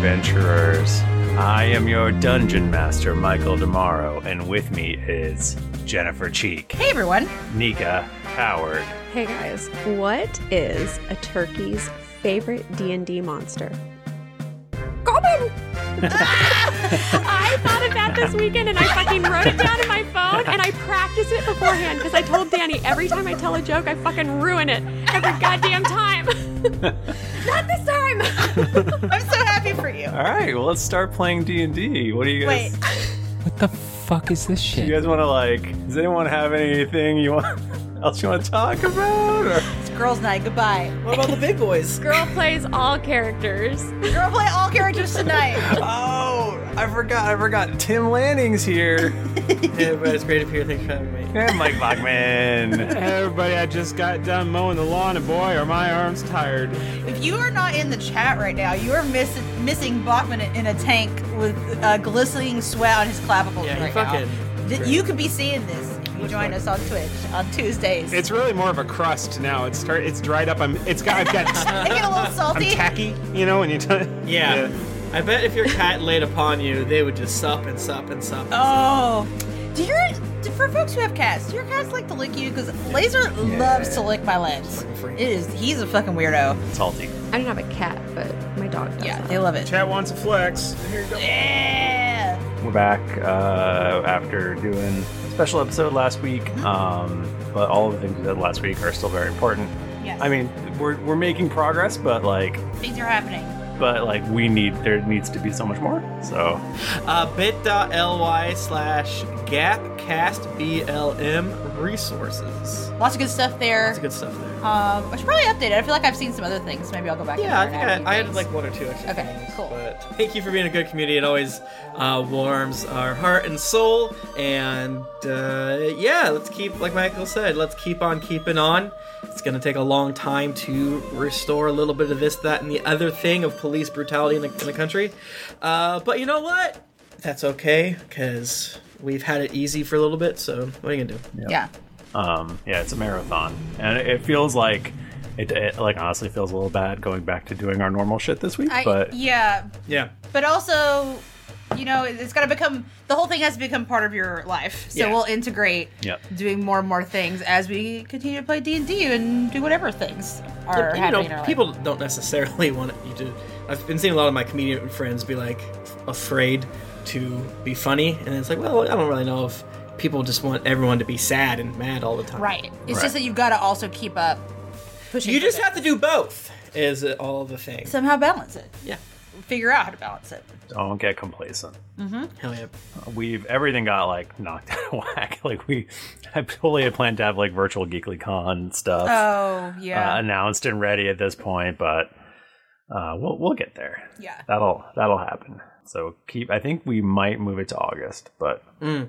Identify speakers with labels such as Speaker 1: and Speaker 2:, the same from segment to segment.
Speaker 1: adventurers. I am your dungeon master, Michael Damaro, and with me is Jennifer Cheek,
Speaker 2: Hey everyone.
Speaker 1: Nika Howard,
Speaker 3: Hey guys, what is a turkey's favorite D&D monster? Goblin! I thought of that this weekend and I fucking wrote it down in my phone and I practiced it beforehand because I told Danny every time I tell a joke I fucking ruin it every goddamn time. Not this time.
Speaker 2: I'm so happy for you.
Speaker 1: All right, well let's start playing D and D. What do you guys?
Speaker 2: Wait.
Speaker 4: What the fuck is this shit?
Speaker 1: You guys want to like? Does anyone have anything you want else you want to talk about? Or...
Speaker 2: It's girls' night. Goodbye.
Speaker 5: What about the big boys?
Speaker 3: Girl plays all characters.
Speaker 2: Girl play all characters tonight.
Speaker 1: Oh, I forgot. I forgot. Tim Lanning's here.
Speaker 5: hey, everybody, it's great to be here. Thanks for having me.
Speaker 1: and Mike Bachman.
Speaker 6: Hey everybody, I just got done mowing the lawn and boy are my arms tired.
Speaker 2: if you are not in the chat right now, you are miss- missing Bachman in a tank with uh, glistening sweat on his clavicle
Speaker 5: Yeah, he
Speaker 2: right
Speaker 5: fucking-
Speaker 2: now. Th- you could be seeing this if you join us on Twitch on Tuesdays.
Speaker 6: It's really more of a crust now. It's start, it's dried up. I'm it's got I've got
Speaker 2: they get a little
Speaker 6: I'm
Speaker 2: salty.
Speaker 6: tacky, you know, when you t-
Speaker 5: Yeah. I bet if your cat laid upon you, they would just sup and sup and sup.
Speaker 2: Oh. Do your do- for folks who have cats, do your cats like to lick you? Because Laser loves to lick my legs. It is he's a fucking weirdo.
Speaker 1: Salty.
Speaker 3: I don't have a cat, but my dog does.
Speaker 2: Yeah, they love it.
Speaker 6: Chat wants a flex. Here you go.
Speaker 2: Yeah.
Speaker 1: We're back uh, after doing a special episode last week, um, but all of the things we said last week are still very important.
Speaker 2: Yes.
Speaker 1: I mean, we're, we're making progress, but like,
Speaker 2: things are happening.
Speaker 1: but like, we need there needs to be so much more. So
Speaker 5: Uh, bit.ly slash gapcastblm resources.
Speaker 2: Lots of good stuff there.
Speaker 5: That's good stuff there.
Speaker 2: Um, I should probably update it. I feel like I've seen some other things. Maybe I'll go back.
Speaker 5: Yeah, I
Speaker 2: and
Speaker 5: think
Speaker 2: add a few
Speaker 5: I, I had
Speaker 2: things.
Speaker 5: like one or two extra
Speaker 2: Okay,
Speaker 5: things,
Speaker 2: cool.
Speaker 5: But thank you for being a good community. It always uh, warms our heart and soul. And uh, yeah, let's keep, like Michael said, let's keep on keeping on. It's going to take a long time to restore a little bit of this, that, and the other thing of police brutality in the, in the country. Uh, but you know what? That's okay, because we've had it easy for a little bit. So what are you going to do?
Speaker 2: yeah.
Speaker 1: um, yeah, it's a marathon, and it, it feels like it, it like honestly feels a little bad going back to doing our normal shit this week,
Speaker 2: I,
Speaker 1: but
Speaker 2: yeah,
Speaker 5: Yeah.
Speaker 2: but also, you know, it- it's got to become the whole thing has to become part of your life. So
Speaker 5: Yeah.
Speaker 2: we'll integrate
Speaker 1: Yep.
Speaker 2: doing more and more things as we continue to play D and D and do whatever things are
Speaker 5: you
Speaker 2: happening.
Speaker 5: know,
Speaker 2: in our life.
Speaker 5: people don't necessarily want you to. I've been seeing a lot of my comedian friends be like afraid to be funny, and it's like, well, I don't really know if people just want everyone to be sad and mad all the time.
Speaker 2: right? It's
Speaker 1: Right.
Speaker 2: just that you've got to also keep up, pushing.
Speaker 5: You just have to do both. Is all the thing.
Speaker 2: somehow balance it.
Speaker 5: yeah.
Speaker 2: Figure out how to balance it. Mm-hmm.
Speaker 1: don't get complacent.
Speaker 5: Hell yeah.
Speaker 1: We've everything got like knocked out of whack. Like we, I totally had planned to have like virtual Geekly Con stuff.
Speaker 2: Oh yeah,
Speaker 1: uh, announced and ready at this point, but uh, we'll we'll get there.
Speaker 2: Yeah.
Speaker 1: that'll that'll happen. So keep. I think we might move it to August, but
Speaker 5: Mm.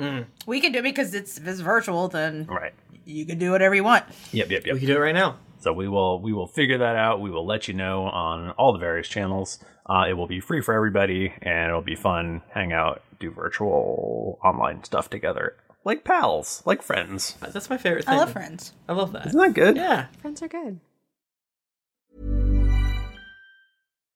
Speaker 2: Hmm. we can do it because it's if it's virtual. Then
Speaker 1: right.
Speaker 2: you can do whatever you want.
Speaker 1: Yep, yep,
Speaker 5: We
Speaker 1: yep.
Speaker 5: can do it right now.
Speaker 1: So we will we will figure that out. We will let you know on all the various channels. Uh, it will be free for everybody, and it'll be fun. Hang out, do virtual online stuff together, like pals, like friends.
Speaker 5: That's my favorite thing.
Speaker 2: I love friends.
Speaker 5: I love that.
Speaker 1: Isn't that good?
Speaker 5: Yeah.
Speaker 3: Friends are good.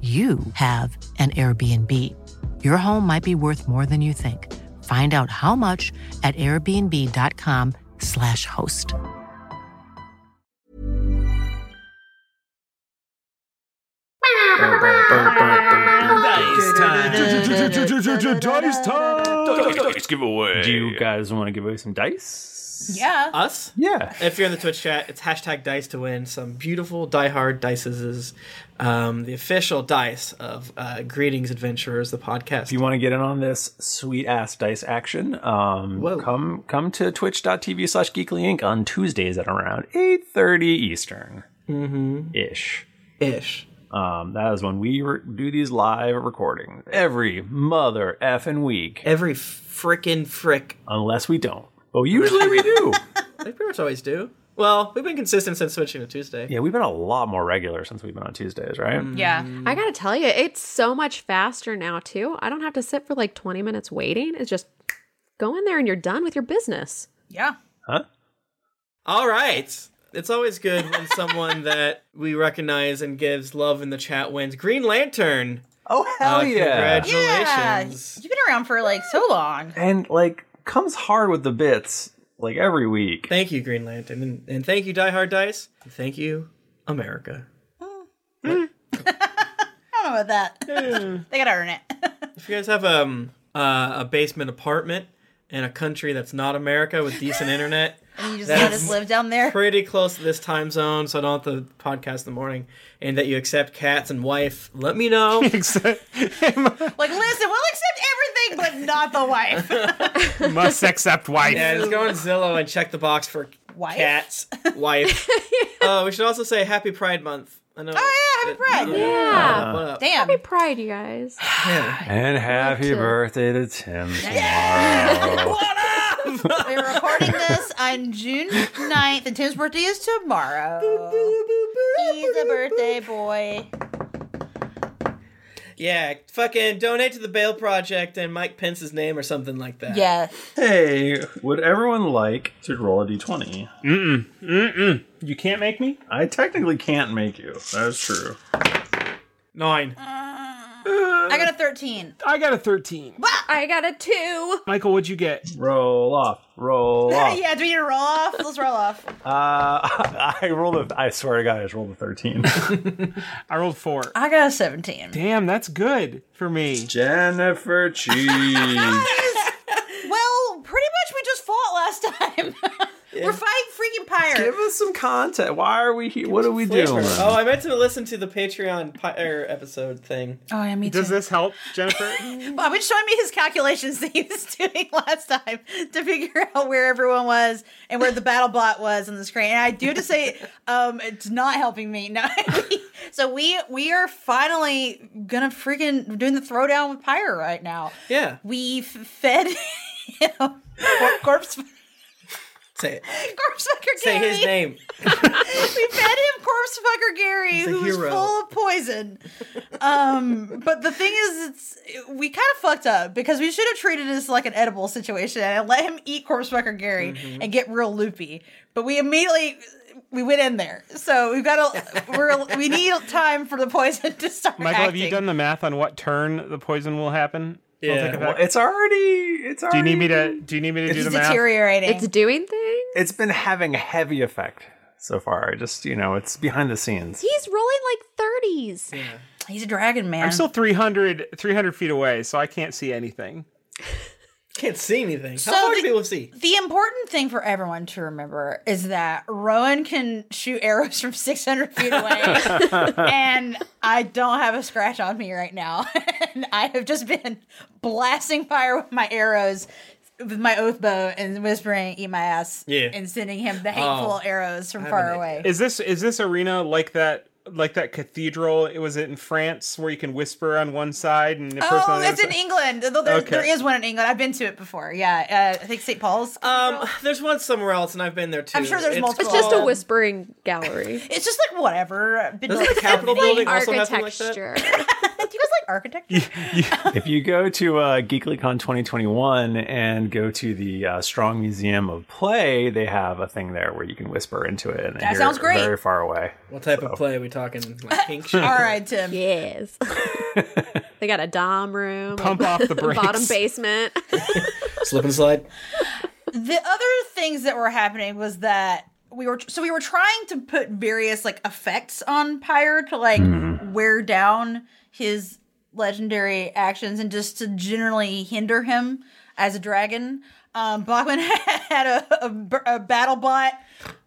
Speaker 7: you have an Airbnb. Your home might be worth more than you think. Find out how much at airbnb.com/slash host.
Speaker 5: Dice
Speaker 6: Dice time!
Speaker 1: Dice giveaway. Do you guys want to give away some dice?
Speaker 2: Yeah.
Speaker 5: Us?
Speaker 1: Yeah.
Speaker 5: If you're in the Twitch chat, it's hashtag dice to win some beautiful diehard dices is um, the official dice of uh, Greetings Adventurers, the podcast.
Speaker 1: If you want to get in on this sweet ass dice action, um, come come to twitch.tv slash geekly inc on Tuesdays at around 8.30 Eastern.
Speaker 5: Mm-hmm.
Speaker 1: Ish.
Speaker 5: Ish.
Speaker 1: Um, that is when we re- do these live recordings every mother effing week.
Speaker 5: Every frickin' frick.
Speaker 1: Unless we don't. But usually we do.
Speaker 5: They pretty much always do. Well, we've been consistent since switching to Tuesday.
Speaker 1: Yeah, we've been a lot more regular since we've been on Tuesdays, right?
Speaker 2: Yeah.
Speaker 5: Mm.
Speaker 3: I gotta tell you, it's so much faster now, too. I don't have to sit for like 20 minutes waiting. It's just go in there and you're done with your business.
Speaker 2: Yeah.
Speaker 1: Huh?
Speaker 5: All right. It's always good when someone that we recognize and gives love in the chat wins. Green Lantern.
Speaker 1: Oh hell
Speaker 5: Uh,
Speaker 1: yeah!
Speaker 2: Yeah.
Speaker 5: Congratulations.
Speaker 2: You've been around for like so long.
Speaker 1: And like comes hard with the bits like every week.
Speaker 5: Thank you, Green Lantern. And, and thank you, Die Hard Dice. And thank you, America.
Speaker 2: I don't know about that. they gotta earn it.
Speaker 5: If you guys have um, uh, a basement apartment in a country that's not America with decent internet,
Speaker 2: And you just
Speaker 5: That's
Speaker 2: let us live down there.
Speaker 5: pretty close to this time zone, so I don't have to podcast in the morning, and that you accept cats and wife, let me know.
Speaker 2: Like, listen, we'll accept everything, but not the wife.
Speaker 6: Must accept wife.
Speaker 5: Yeah, just go on Zillow and check the box for
Speaker 2: Wife?
Speaker 5: cats, wife. Oh, we should also say Happy Pride Month. I know.
Speaker 2: Oh,
Speaker 5: Uh,
Speaker 2: yeah, Happy Pride.
Speaker 3: Yeah.
Speaker 5: What up?
Speaker 2: Damn.
Speaker 3: Happy Pride, you guys.
Speaker 1: And happy birthday to Tim tomorrow.
Speaker 2: We're recording this on June 9th, and Tim's birthday is tomorrow. He's a birthday boy.
Speaker 5: Yeah, fucking donate to the Bail Project and Mike Pence's name or something like that.
Speaker 2: Yeah.
Speaker 1: hey, would everyone like to roll a d20?
Speaker 6: You can't make me?
Speaker 1: I technically can't make you. That's true.
Speaker 5: Nine.
Speaker 2: I got a 13.
Speaker 6: I got a 13.
Speaker 3: I got a two.
Speaker 6: Michael, what'd you get?
Speaker 1: Roll off. Roll off.
Speaker 2: Yeah, do we need to roll off? Let's roll off.
Speaker 1: Uh, I rolled a. I swear to God, I just rolled a thirteen.
Speaker 6: I rolled four.
Speaker 2: I got a 17.
Speaker 6: Damn, that's good for me.
Speaker 1: Jennifer Cheese.
Speaker 2: Well, pretty much we just fought last time. We're fighting
Speaker 1: Give
Speaker 2: freaking pirates.
Speaker 1: us some content. Why are we here? What are we doing?
Speaker 5: Oh, I meant to listen to the Patreon pi- er, episode thing.
Speaker 2: Oh, yeah, me
Speaker 6: Does this help, Jennifer?
Speaker 2: Bob was showing me his calculations that he was doing last time to figure out where everyone was and where the battle bot was on the screen. And I do have to say, um, it's not helping me. No, so we we are finally gonna freaking doing the throwdown with Pyre right now.
Speaker 5: Yeah,
Speaker 2: We f- fed him cor- corpse
Speaker 5: say it.
Speaker 2: corpse fucker
Speaker 5: Say
Speaker 2: Gary.
Speaker 5: his name.
Speaker 2: we fed him corpse fucker Gary,
Speaker 5: a
Speaker 2: who was
Speaker 5: hero.
Speaker 2: full of poison. Um, but the thing is, it's we kind of fucked up because we should have treated this like an edible situation and let him eat corpse fucker Gary
Speaker 6: Mm-hmm.
Speaker 2: and get real loopy. But we immediately we went in there, so we've got to we're we need time for the poison to start.
Speaker 6: Michael, have you
Speaker 2: acting.
Speaker 6: done the math on what turn the poison will happen? Will
Speaker 5: Yeah.
Speaker 6: take
Speaker 1: Well,
Speaker 6: effect?
Speaker 1: it's already. It's
Speaker 6: do
Speaker 1: already.
Speaker 6: you need me to do you need me to do
Speaker 2: He's
Speaker 6: the math?
Speaker 2: deteriorating.
Speaker 3: It's doing things.
Speaker 1: It's been having a heavy effect so far. I Just you know, it's behind the scenes.
Speaker 3: He's rolling like 30s.
Speaker 2: He's a dragon man.
Speaker 6: I'm still 300, 300 feet away, so I can't see anything.
Speaker 5: Can't see anything. How
Speaker 2: So
Speaker 5: far
Speaker 2: the-
Speaker 5: can people see?
Speaker 2: The important thing for everyone to remember is that Rowan can shoot arrows from 600 feet away, and I don't have a scratch on me right now. and I have just been blasting fire with my arrows, with my oath bow, and whispering, eat my ass,
Speaker 5: Yeah.
Speaker 6: e-,
Speaker 2: and sending him the hateful arrows from far away.
Speaker 6: Is this is this arena like that like that cathedral? It was it in France where you can whisper on one side and the person on
Speaker 2: Oh,
Speaker 6: the
Speaker 2: it's
Speaker 6: other
Speaker 2: in
Speaker 6: side?
Speaker 2: England. Though there,
Speaker 6: Okay.
Speaker 2: there is one in England. I've been to it before. Yeah, uh, I think St. Paul's.
Speaker 5: Um, there's one somewhere else, and I've been there too.
Speaker 2: I'm sure there's multiple.
Speaker 5: It's just a whisper.
Speaker 3: whispering gallery.
Speaker 2: It's just like whatever. uh, Been
Speaker 5: Doesn't the Capitol building also have one like that?
Speaker 3: architecture.
Speaker 2: Do you guys like architecture?
Speaker 1: if you go to uh, GeeklyCon 2021 and go to the uh, Strong Museum of Play, they have a thing there where you can whisper into it and
Speaker 2: That
Speaker 1: hear it
Speaker 2: sounds great.
Speaker 1: very far away.
Speaker 5: What type of play are we talking? Like pink shit?
Speaker 2: All right, Tim.
Speaker 3: Yes. they got a dom room.
Speaker 6: Pump off the brakes.
Speaker 3: Bottom basement.
Speaker 5: Slip and slide.
Speaker 2: The other things that were happening was that we were so we were trying to put various like effects on Pyre to like wear down his legendary actions and just to generally hinder him as a dragon. Um, Bachman had a, a, b- a battle bot.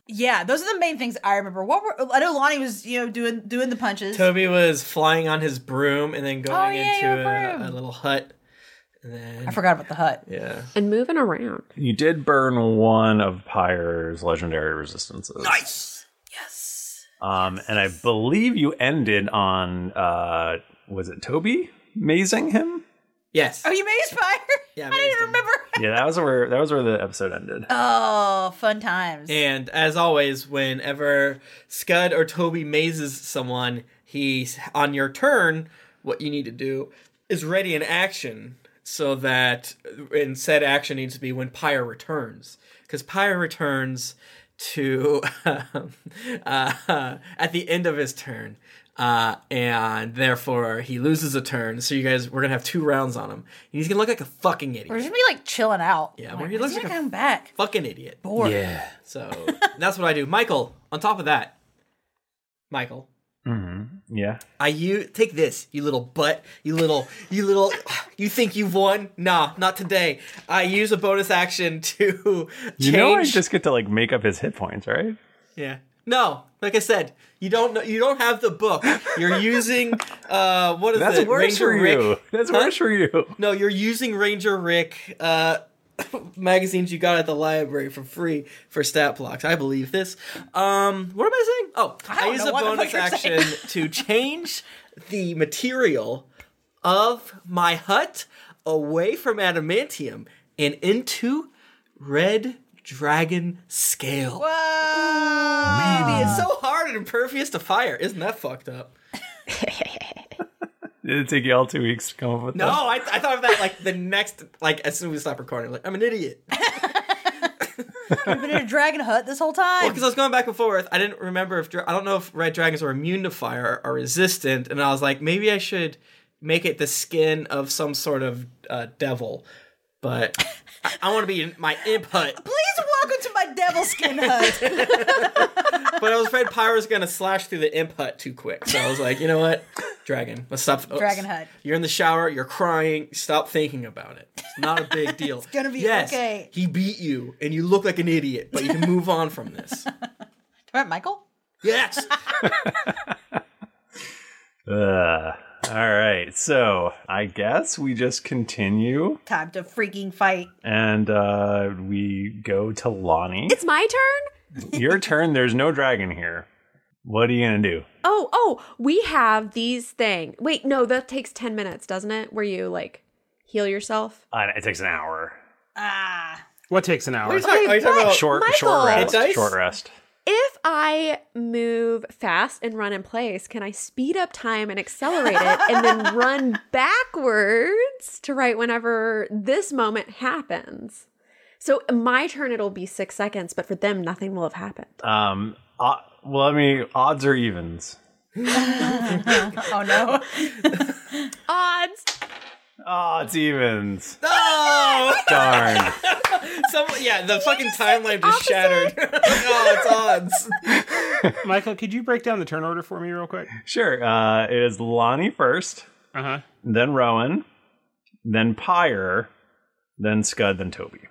Speaker 2: Yeah, those are the main things I remember. What were I know Lonnie was you know doing doing the punches.
Speaker 5: Toby was flying on his broom and then going
Speaker 2: Oh, yeah, your
Speaker 5: into
Speaker 2: broom.
Speaker 5: a, a little hut. And then,
Speaker 2: I forgot about the hut.
Speaker 5: yeah.
Speaker 3: and moving around.
Speaker 1: You did burn one of Pyre's legendary resistances.
Speaker 2: Nice. Yes.
Speaker 1: Um, and I believe you ended on, uh, was it Toby mazing him?
Speaker 5: Yes.
Speaker 2: Are Oh, you amazed, Pyre?
Speaker 5: Yeah,
Speaker 2: I
Speaker 5: amazed
Speaker 2: didn't
Speaker 5: him.
Speaker 2: remember.
Speaker 1: Yeah, that was where that was where the episode ended.
Speaker 2: Oh, fun times.
Speaker 5: And as always, whenever Scud or Toby mazes someone, he's on your turn. What you need to do is ready an action so that, and said action needs to be when Pyre returns, because Pyre returns to um, uh, at the end of his turn. Uh, and therefore he loses a turn. So you guys, we're gonna have two rounds on him. And he's gonna look like a fuking idiot.
Speaker 2: We're just gonna be like chilling out.
Speaker 5: Yeah,
Speaker 2: like,
Speaker 5: where he looks
Speaker 2: like
Speaker 5: like a-
Speaker 2: come back.
Speaker 5: fucking idiot.
Speaker 2: Bored.
Speaker 5: So that's what I do. Michael, on top of that, Michael,
Speaker 1: Mm-hmm. Yeah.
Speaker 5: I you take this, you little butt, you little, you little, you think you've won? Nah, not today. I use a bonus action to change.
Speaker 1: You know I just get to like make up his hit points, right?
Speaker 5: yeah. No, like I said, you don't know. You don't have the book. You're using uh, what is
Speaker 1: That's
Speaker 5: it?
Speaker 1: worse
Speaker 5: Ranger
Speaker 1: for you.
Speaker 5: Rick.
Speaker 1: That's
Speaker 5: Huh?
Speaker 1: worse for you.
Speaker 5: No, you're using Ranger Rick uh, magazines you got at the library for free for stat blocks. I believe this. Um, what am I saying? Oh, I,
Speaker 2: don't
Speaker 5: use
Speaker 2: know
Speaker 5: a
Speaker 2: what the
Speaker 5: bonus
Speaker 2: fuck
Speaker 5: action
Speaker 2: you're
Speaker 5: to change the material of my hut away from adamantium and into red dragon scale. Baby, it's so hard and impervious to fire. Isn't that fucked up?
Speaker 1: Did it take you all two weeks to come up with
Speaker 5: No,
Speaker 1: that?
Speaker 5: I, I thought of that like the next, like as soon as we stop recording. Like I'm an idiot.
Speaker 2: We've been in a dragon hut this whole time.
Speaker 5: because I was going back and forth. I didn't remember if dra- I don't know if red dragons are immune to fire or resistant, and I was like, maybe I should make it the skin of some sort of uh, devil, but I, want to be in my imp hut.
Speaker 2: Please welcome to my devil skin hut.
Speaker 5: But I was afraid Pyro was gonna slash through the imp hut too quick, so I was like, you know what, dragon, let's stop. oh,
Speaker 2: Dragon hut.
Speaker 5: You're in the shower. You're crying. Stop thinking about it. It's not a big deal. it's
Speaker 2: gonna be
Speaker 5: yes,
Speaker 2: okay.
Speaker 5: He beat you, and you look like an idiot, but you can move on from this.
Speaker 2: All right, Michael.
Speaker 5: Yes.
Speaker 1: Ugh. All right. So I guess we just continue
Speaker 2: Time to freaking fight.
Speaker 1: and uh, we go to Lonnie.
Speaker 3: It's my turn?
Speaker 1: Your turn. There's no dragon here. What are you going to do?
Speaker 3: Oh, oh, we have these thing. Wait, no, that takes 10 minutes, doesn't it? Where you like heal yourself?
Speaker 1: Uh, it takes an hour.
Speaker 2: Ah.
Speaker 6: What takes an hour?
Speaker 5: Are you talking about
Speaker 1: Short,
Speaker 3: Michael!
Speaker 1: short rest.
Speaker 5: Hit dice?
Speaker 1: Short rest.
Speaker 3: If I move fast and run in place, can I speed up time and accelerate it and then run backwards to right whenever this moment happens? So my turn it'll be 6 seconds, but for them nothing will have happened.
Speaker 1: Um. Uh, well, I mean, odds or evens.
Speaker 2: Oh no.
Speaker 3: Odds.
Speaker 1: Oh, it's evens.
Speaker 5: Oh!
Speaker 1: Darn.
Speaker 5: Some, yeah, the fucking timeline just shattered. oh, it's odds.
Speaker 6: Michael, could you break down the turn order for me real quick?
Speaker 1: sure. Uh, it is Lonnie first,
Speaker 6: Uh huh.
Speaker 1: then Rowan, then Pyre, then Scud, then Toby.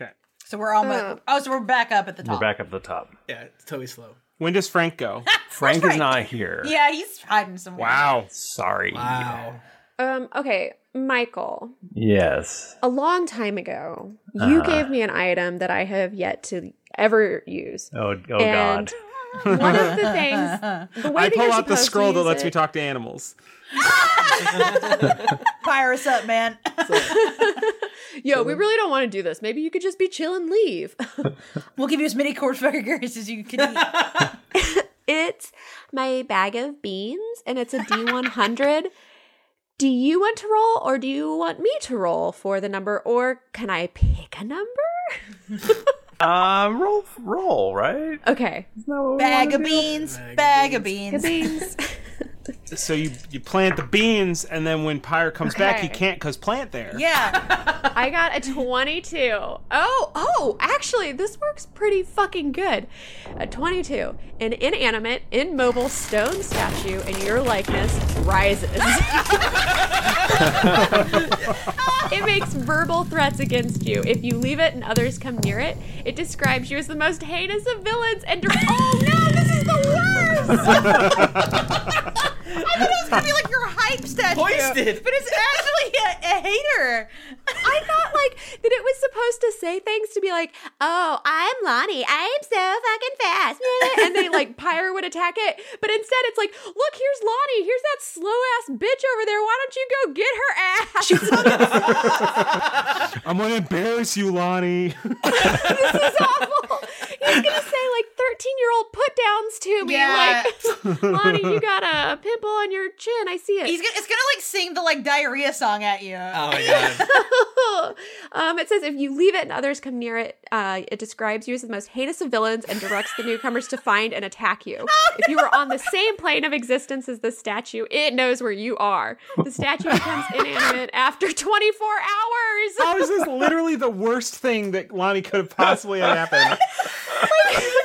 Speaker 6: Okay.
Speaker 2: So we're
Speaker 3: Uh.
Speaker 2: almost. Oh, so we're back up at the top.
Speaker 1: We're back up the top.
Speaker 5: Yeah, it's totally slow.
Speaker 6: When does Frank go?
Speaker 1: Frank is not here.
Speaker 2: Yeah, he's hiding somewhere.
Speaker 6: wow.
Speaker 1: Sorry.
Speaker 5: Wow.
Speaker 3: Um okay, Michael.
Speaker 1: Yes.
Speaker 3: A long time ago,
Speaker 6: Uh-huh.
Speaker 3: you gave me an item that I have yet to ever use.
Speaker 1: Oh, oh
Speaker 3: and
Speaker 1: God.
Speaker 3: One of the things, the way
Speaker 6: I
Speaker 3: that
Speaker 6: pull
Speaker 3: you're
Speaker 6: out the
Speaker 3: supposed to
Speaker 6: scroll that
Speaker 3: use
Speaker 6: lets
Speaker 3: it-
Speaker 6: me talk to animals.
Speaker 2: Fire us up, man.
Speaker 3: Yo, we really don't want to do this. Maybe you could just be chill and leave.
Speaker 2: we'll give you as many Korsberger Garys as you can eat.
Speaker 3: it's my bag of beans, and it's a D100. do you want to roll, or do you want me to roll for the number, or can I pick a number?
Speaker 1: Uh, roll, roll, right?
Speaker 3: Okay.
Speaker 2: Bag of beans. Bag of beans.
Speaker 3: Beans.
Speaker 6: So you you plant the beans, and then when Pyre comes back, he
Speaker 3: Okay.
Speaker 6: can't cause plant there.
Speaker 2: Yeah.
Speaker 3: I got a 22. Oh, oh, actually, this works pretty fucking good. A 22. An inanimate, immobile stone statue in your likeness rises. it makes verbal threats against you. If you leave it and others come near it, it describes you as the most heinous of villains and. oh no, this is the worst!
Speaker 2: I thought it was gonna be like your hype statue,
Speaker 5: Hoisted.
Speaker 2: but it's actually a, a hater.
Speaker 3: I thought like that it was supposed to say things to be like, "Oh, I'm Lonnie. I'm so fucking fast," and they like Pyre would attack it. But instead, it's like, "Look, here's Lonnie. Here's that slow ass bitch over there. Why don't you go get her ass?"
Speaker 6: I'm gonna embarrass you, Lonnie.
Speaker 3: this is awful. He's gonna say like thirteen year old put downs to me.
Speaker 2: Yeah.
Speaker 3: Like, Lonnie, you got a pimple on your chin. I see it.
Speaker 2: He's gonna, it's gonna like sing the like diarrhea song at you.
Speaker 5: Oh my god.
Speaker 3: um, it says if you leave it and others come near it, uh, it describes you as the most heinous of villains and directs the newcomers to find and attack you. if you are on the same plane of existence as the statue, it knows where you are. The statue becomes inanimate after 24 hours.
Speaker 6: How is this literally the worst thing that Lonnie could have possibly had happen?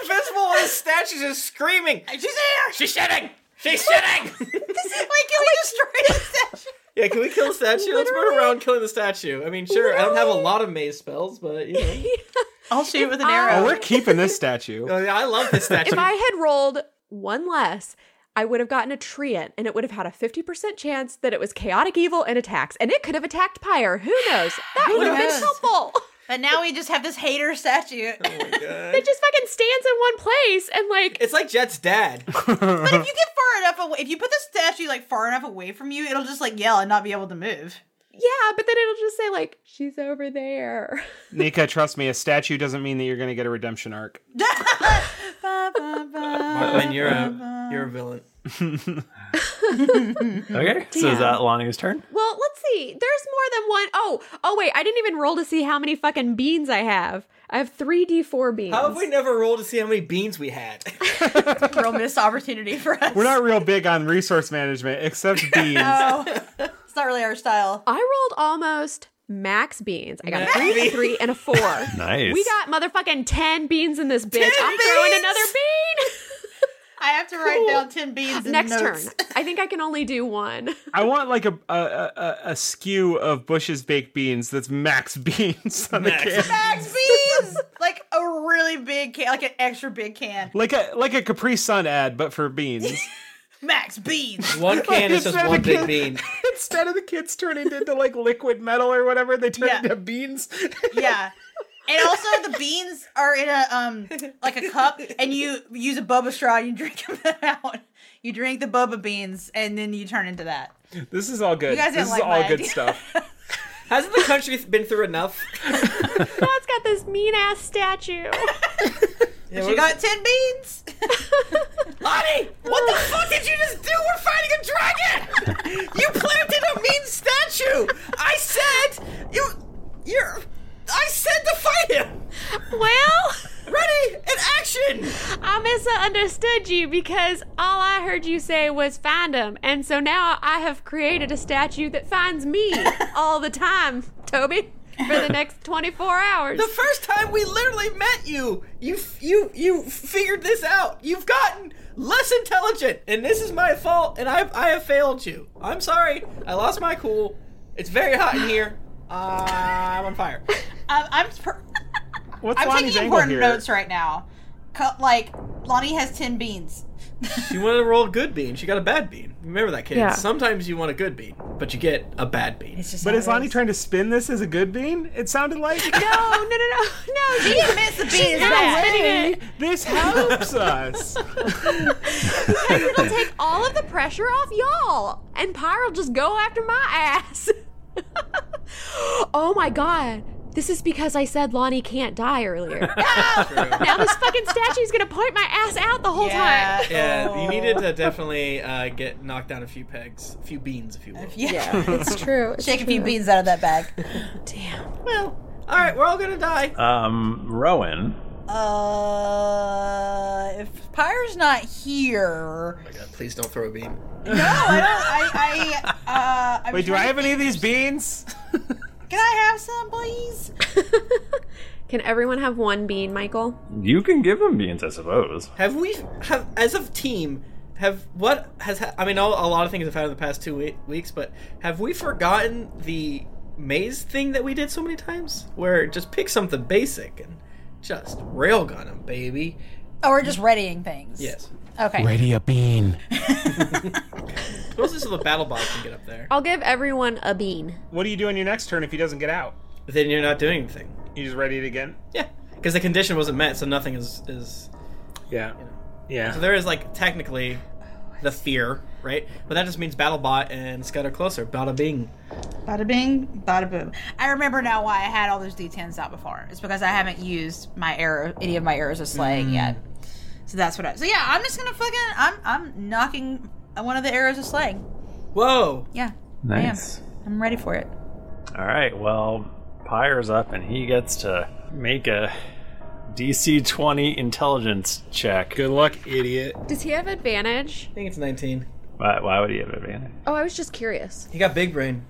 Speaker 5: Invisible on his statues is screaming.
Speaker 2: She's here.
Speaker 5: She's shitting. She's shitting.
Speaker 2: This is like
Speaker 3: Oh
Speaker 2: can we destroy this statue?
Speaker 5: yeah, can we kill the statue? Let's run around killing the statue. I mean, sure, I don't have a lot of maze spells, but you know,
Speaker 2: I'll shoot with
Speaker 3: Um,
Speaker 2: an
Speaker 6: Oh,
Speaker 2: arrow.
Speaker 6: we're keeping this statue.
Speaker 5: I, mean, Oh, I love this statue.
Speaker 3: If I had rolled one less, I would have gotten a treant, and it would have had a 50% chance that it was chaotic evil and attacks, and it could have attacked Pyre. Who knows? That would have
Speaker 2: knows?
Speaker 3: been helpful.
Speaker 2: But now we just have this hater statue.
Speaker 5: Oh
Speaker 3: It just fucking stands in one place and like
Speaker 5: it's like Jet's dad.
Speaker 2: But if you get far enough away, if you put the statue like far enough away from you, it'll just like yell and not be able to move.
Speaker 3: Yeah, but then it'll just say like she's over there.
Speaker 6: Nika, trust me, a statue doesn't mean that you're gonna get a redemption arc.
Speaker 2: Ba, ba, ba.
Speaker 5: Markman, you're
Speaker 3: Uh,
Speaker 5: a you're a villain.
Speaker 1: Okay, so is that Lonnie's turn?
Speaker 3: Well, let's see. There's more than one. Oh, oh wait, I didn't even roll to see how many fucking beans I have. I have three d4 beans.
Speaker 5: How have we never rolled to see how many beans we had?
Speaker 2: Real missed opportunity for us.
Speaker 6: We're not real big on resource management, except beans.
Speaker 3: Uh,
Speaker 2: No. it's not really our style.
Speaker 3: I rolled almost max beans. I got a three, a three, and a four.
Speaker 1: Nice.
Speaker 3: We got motherfucking ten beans in this bitch. I'm
Speaker 2: beans?
Speaker 3: throwing another bean.
Speaker 2: I have to write down ten beans. In
Speaker 3: Next
Speaker 2: notes.
Speaker 3: turn. I think I can only do one.
Speaker 6: I want like a a, a a- a skew of Bush's baked beans that's max beans on the can.
Speaker 2: Max beans, like a really big can, like an extra big can.
Speaker 6: Like a like a Capri Sun ad, but for beans.
Speaker 2: Max beans.
Speaker 5: One can is
Speaker 6: Instead
Speaker 5: just
Speaker 6: of
Speaker 5: one
Speaker 6: the
Speaker 5: big
Speaker 6: kid-
Speaker 5: bean.
Speaker 6: Instead of the kids turning into like liquid metal or whatever, they turn
Speaker 2: Yeah.
Speaker 6: into beans.
Speaker 2: Yeah. And also the beans are in a um like a cup and you use a boba straw and you drink them out. You drink the boba beans and then you turn into that.
Speaker 6: this is all good.
Speaker 2: You guys
Speaker 6: this
Speaker 2: didn't like
Speaker 6: is all
Speaker 2: my
Speaker 6: good
Speaker 2: idea.
Speaker 6: stuff.
Speaker 5: Hasn't the country been through enough?
Speaker 3: now it's got this mean ass statue.
Speaker 5: Yeah,
Speaker 2: You got 10 beans.
Speaker 5: Lonnie, what the fuck did you just do? We're fighting a dragon! You planted a mean statue! I said you you're I said to fight him!
Speaker 3: well.
Speaker 5: Ready in action!
Speaker 3: I misunderstood you because all I heard you say was find him, and so now I have created a statue that finds me all the time, Toby, for the next 24 hours.
Speaker 5: The first time we literally met you, you you you figured this out. You've gotten less intelligent, and this is my fault, and I I have failed you. I'm sorry. I lost my cool. It's very hot in here. Uh, I'm on fire.
Speaker 2: Um, I'm per-
Speaker 6: What's
Speaker 2: I'm
Speaker 6: Lonnie's
Speaker 2: taking
Speaker 6: angle
Speaker 2: important
Speaker 6: here?
Speaker 2: notes right now. Cut like Lonnie has 10 beans.
Speaker 5: she wanted to roll a good bean. She got a bad bean. Remember that, kids.
Speaker 6: Yeah.
Speaker 5: Sometimes you want a good bean, but you get a bad bean. It's
Speaker 6: But is Lonnie trying to spin this as a good bean? It sounded like. no,
Speaker 3: no, no, no, no.
Speaker 2: She admits the bean is
Speaker 6: in a
Speaker 2: bad.
Speaker 6: way, This helps us.
Speaker 3: It'll take all of the pressure off y'all, and Pyre'll just go after my ass. oh my god. This is because I said Lonnie can't die earlier. now this fucking statue's gonna point my ass out the whole time.
Speaker 2: Oh.
Speaker 5: Yeah, you needed to definitely uh, get knocked down a few pegs, a few beans, if you will.
Speaker 2: Yeah,
Speaker 3: it's true. it's
Speaker 2: Shake a few
Speaker 3: true.
Speaker 2: beans out of that bag.
Speaker 5: All right, we're all gonna die.
Speaker 1: Um, Rowan.
Speaker 2: Uh, if Pyre's not here,
Speaker 5: God, please don't throw a bean.
Speaker 2: I, I, uh, I'm
Speaker 6: Wait, do I
Speaker 2: trying-
Speaker 6: have any of these beans?
Speaker 2: Can I have some, please?
Speaker 3: Can everyone have one bean, Michael?
Speaker 1: You can give him beans, I suppose.
Speaker 5: Have we, have as of team, have what has? Ha- I mean, all, a lot of things have happened in the past two we- weeks, but have we forgotten the maze thing that we did so many times, where just pick something basic and just railgun them, baby?
Speaker 2: Oh, we're just readying things.
Speaker 5: Yes.
Speaker 2: Okay.
Speaker 4: Ready a bean.
Speaker 5: Suppose this is the battle bot can get up there.
Speaker 3: I'll give everyone a bean.
Speaker 6: What do you do on your next turn if he doesn't get out?
Speaker 5: Then you're not doing anything
Speaker 6: You just ready it again?
Speaker 5: because the condition wasn't met, so nothing is is.
Speaker 6: Yeah. Yeah.
Speaker 5: So there is like technically the fear, right? But that just means BattleBot and Scudder closer. Bada bing.
Speaker 2: Bada bing, bada boom. I remember now why I had all those d10s out before. It's because I haven't used my arrow, any of my arrows of
Speaker 5: Mm.
Speaker 2: slaying yet. So that's what I. So yeah, I'm just gonna fucking. I'm I'm knocking one of the arrows of slaying.
Speaker 5: Whoa.
Speaker 2: Yeah.
Speaker 1: Nice.
Speaker 2: I am. I'm ready for it.
Speaker 1: All right, well, Pyre's up and he gets to make a DC 20 intelligence check.
Speaker 6: Good luck, idiot.
Speaker 3: Does he have advantage?
Speaker 5: I think it's 19.
Speaker 1: Why, why would he have advantage?
Speaker 3: Oh, I was just curious.
Speaker 5: He got big brain.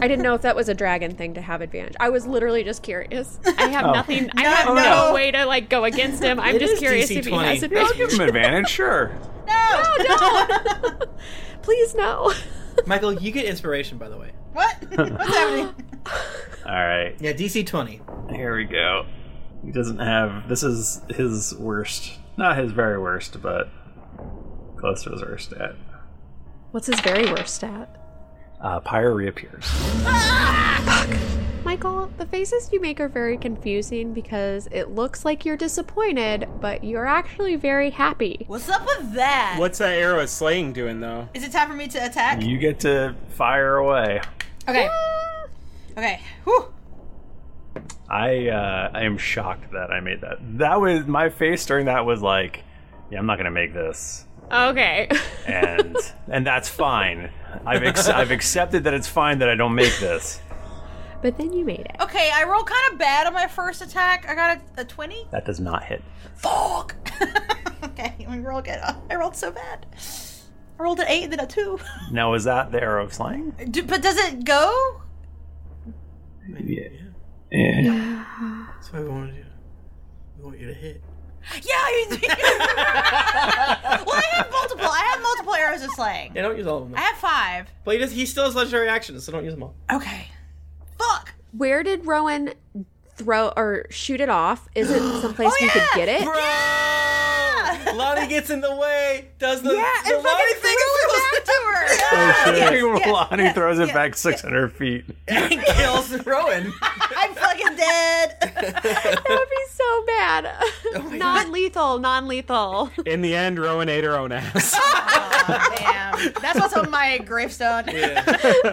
Speaker 3: I didn't know if that was a dragon thing to have advantage. I was literally just curious. I have
Speaker 1: Oh.
Speaker 3: nothing. I have no.
Speaker 2: no.
Speaker 3: way to like go against him. I'm
Speaker 5: It
Speaker 3: just
Speaker 5: is
Speaker 3: curious
Speaker 5: DC
Speaker 3: if he
Speaker 5: 20.
Speaker 3: has
Speaker 1: I'll give
Speaker 3: advantage.
Speaker 1: him advantage, sure.
Speaker 2: No.
Speaker 3: Please no.
Speaker 5: Michael, you get inspiration, by the way.
Speaker 2: What? What's happening?
Speaker 1: All right,
Speaker 5: Yeah, DC 20.
Speaker 1: here we go. He doesn't have. This is his worst. Not his very worst, but close to his worst stat.
Speaker 3: What's his very worst stat?
Speaker 1: Uh, Pyre reappears.
Speaker 3: Michael, the faces you make are very confusing because it looks like you're disappointed, but you're actually very happy.
Speaker 2: What's up with that? Is
Speaker 6: What's that arrow of slaying doing, though?
Speaker 2: it time for me to attack?
Speaker 1: You get to fire away.
Speaker 2: Okay. Ah. Okay. Whew.
Speaker 1: I uh, I am shocked that I made that. That was my face during that was like, yeah, I'm not gonna make this,
Speaker 3: Okay.
Speaker 1: and and that's fine. I've ex- I've accepted that it's fine that I don't make this.
Speaker 3: but then you made it.
Speaker 2: Okay, I rolled kind of bad on my first attack. I got a, a 20.
Speaker 1: That does not hit.
Speaker 2: Fuck! okay, let me roll again. Oh, I rolled so bad. I rolled an 8 and then a 2.
Speaker 1: Now is that the arrow of slang?
Speaker 2: Do, but does it go?
Speaker 1: Yeah.
Speaker 5: That's why we wanted you. We want you to hit.
Speaker 2: Yeah, you do. well, I have multiple. I have multiple arrows of slaying.
Speaker 5: Yeah, don't use all of them.
Speaker 2: I have five.
Speaker 5: But he, does, he still has legendary actions, so don't use them all.
Speaker 2: Okay. Fuck!
Speaker 3: Where did Rowan throw or shoot it off? Is it someplace we
Speaker 2: Oh,
Speaker 3: could get it?
Speaker 5: Bro! Lonnie gets in the way. Does the,
Speaker 2: Ah! Yeah,
Speaker 5: the
Speaker 2: and
Speaker 5: Lonnie
Speaker 2: fucking
Speaker 5: thing
Speaker 2: threw it back to her!
Speaker 1: Oh,
Speaker 2: Yeah.
Speaker 1: Lonnie throws it back 600 feet.
Speaker 5: and kills Rowan.
Speaker 2: I'm fucking dead!
Speaker 3: That would be so bad.
Speaker 8: Oh
Speaker 3: non lethal, non lethal.
Speaker 6: In the end, Rowan ate her own ass.
Speaker 2: Damn. That's what's on my gravestone.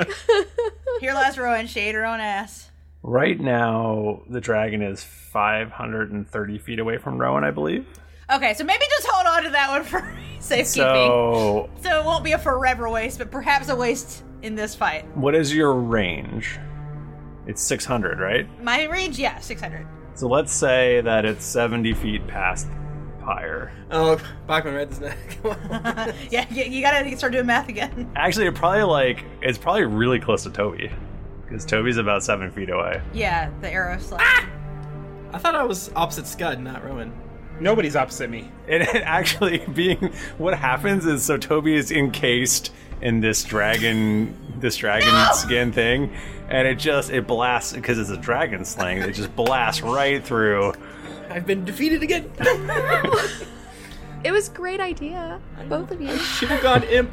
Speaker 2: Here lies Rowan, shade her own ass.
Speaker 1: Right now, the dragon is 530 feet away from Rowan, I believe.
Speaker 2: Okay, so maybe just hold on to that one for safekeeping.
Speaker 1: So,
Speaker 2: So it won't be a forever waste, but perhaps a waste in this fight.
Speaker 1: what is your range? It's 600, right?
Speaker 2: My range, yeah, 600.
Speaker 1: So let's say that it's 70 feet past Pyre.
Speaker 5: Oh, Bachman read this now. Come on.
Speaker 2: Yeah, you, you gotta start doing math again.
Speaker 1: Actually, it probably like it's probably really close to Toby because Toby's about seven feet away.
Speaker 2: Yeah, the arrow slash.
Speaker 9: Ah!
Speaker 5: I thought I was opposite Scud, not Rowan.
Speaker 6: Nobody's opposite me.
Speaker 1: And it actually being what happens is so Toby is encased in this dragon this dragon skin thing and it just it blasts because it's a dragon slang it just blasts right through
Speaker 5: I've been defeated again.
Speaker 9: It was great idea, both of you.
Speaker 5: Should have gone imp.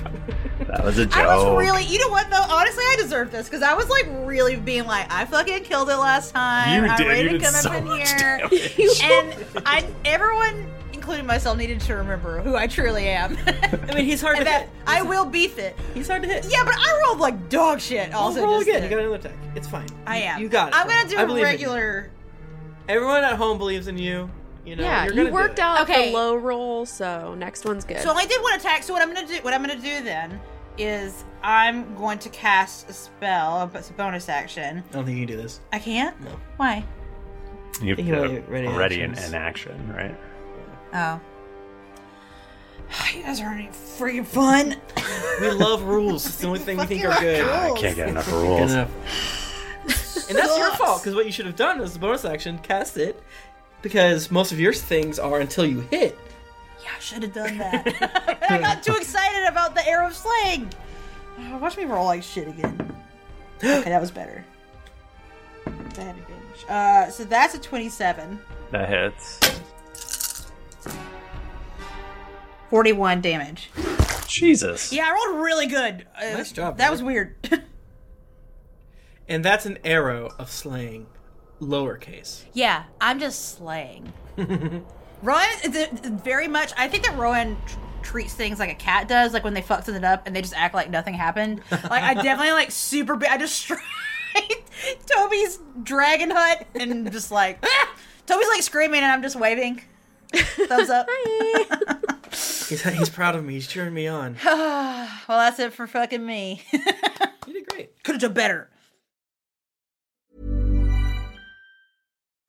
Speaker 1: That was a joke.
Speaker 2: I was really, you know what though? Honestly, I deserve this because I was like really being like, I fucking killed it last time.
Speaker 1: You
Speaker 2: I
Speaker 1: did.
Speaker 2: ready
Speaker 1: You
Speaker 2: to
Speaker 1: did
Speaker 2: come
Speaker 1: so
Speaker 2: up in
Speaker 1: much
Speaker 2: here, and I, everyone, including myself, needed to remember who I truly am. I
Speaker 5: mean, he's hard
Speaker 2: to hit. I will beat it.
Speaker 5: He's hard to hit.
Speaker 2: Yeah, but I rolled like dog shit. Also,
Speaker 5: roll
Speaker 2: just
Speaker 5: again.
Speaker 2: then.
Speaker 5: You got another attack. It's fine.
Speaker 2: I
Speaker 5: You-
Speaker 2: am.
Speaker 5: You got it.
Speaker 2: I'm gonna do
Speaker 5: I
Speaker 2: a
Speaker 5: believe in you.
Speaker 2: regular.
Speaker 5: Everyone at home believes in you. You
Speaker 8: Oh,
Speaker 5: know,
Speaker 9: yeah,
Speaker 5: you're
Speaker 9: you
Speaker 5: gonna
Speaker 9: worked
Speaker 5: do it.
Speaker 9: out
Speaker 2: Okay.
Speaker 9: the low roll, so next one's good.
Speaker 2: So I only did one attack. So what I'm gonna do, what I'm gonna do then is I'm going to cast a spell. But it's a bonus action.
Speaker 5: I don't think you can do this.
Speaker 2: I can't.
Speaker 5: No.
Speaker 2: Why?
Speaker 1: You
Speaker 5: Think
Speaker 1: have
Speaker 5: about
Speaker 1: to
Speaker 5: your ready
Speaker 1: uh, ready in,
Speaker 5: actions.
Speaker 1: in action, right?
Speaker 2: Oh. You guys are having freaking fun.
Speaker 5: We love rules. It's the only thing we think are
Speaker 2: love
Speaker 5: good.
Speaker 2: rules.
Speaker 1: I can't get enough rules.
Speaker 5: enough. and that's your fault because what you should have done is the bonus action cast it because most of your things are until you hit.
Speaker 2: Yeah, I should have done that. I got too excited about the arrow sling. Oh, watch me roll like shit again. Okay, that was better. That had advantage. Uh, so that's a 27.
Speaker 1: That hits.
Speaker 2: 41 damage.
Speaker 1: Jesus.
Speaker 2: Yeah, I rolled really good. Uh,
Speaker 5: Nice job,
Speaker 2: That
Speaker 5: dude.
Speaker 2: was weird.
Speaker 5: And that's an arrow of slaying, lowercase.
Speaker 2: Yeah, I'm just slaying. Rowan, is it- very much. I think that Rowan tr- treats things like a cat does, like when they fuck something up and they just act like nothing happened. Like I definitely like super. Big, I just tried Toby's dragon hut and just like "Ah!" Toby's like screaming and I'm just waving, thumbs up.
Speaker 5: He's, he's proud of me. He's cheering me on.
Speaker 2: well, that's it for fucking me.
Speaker 5: You did great.
Speaker 2: Could have done better.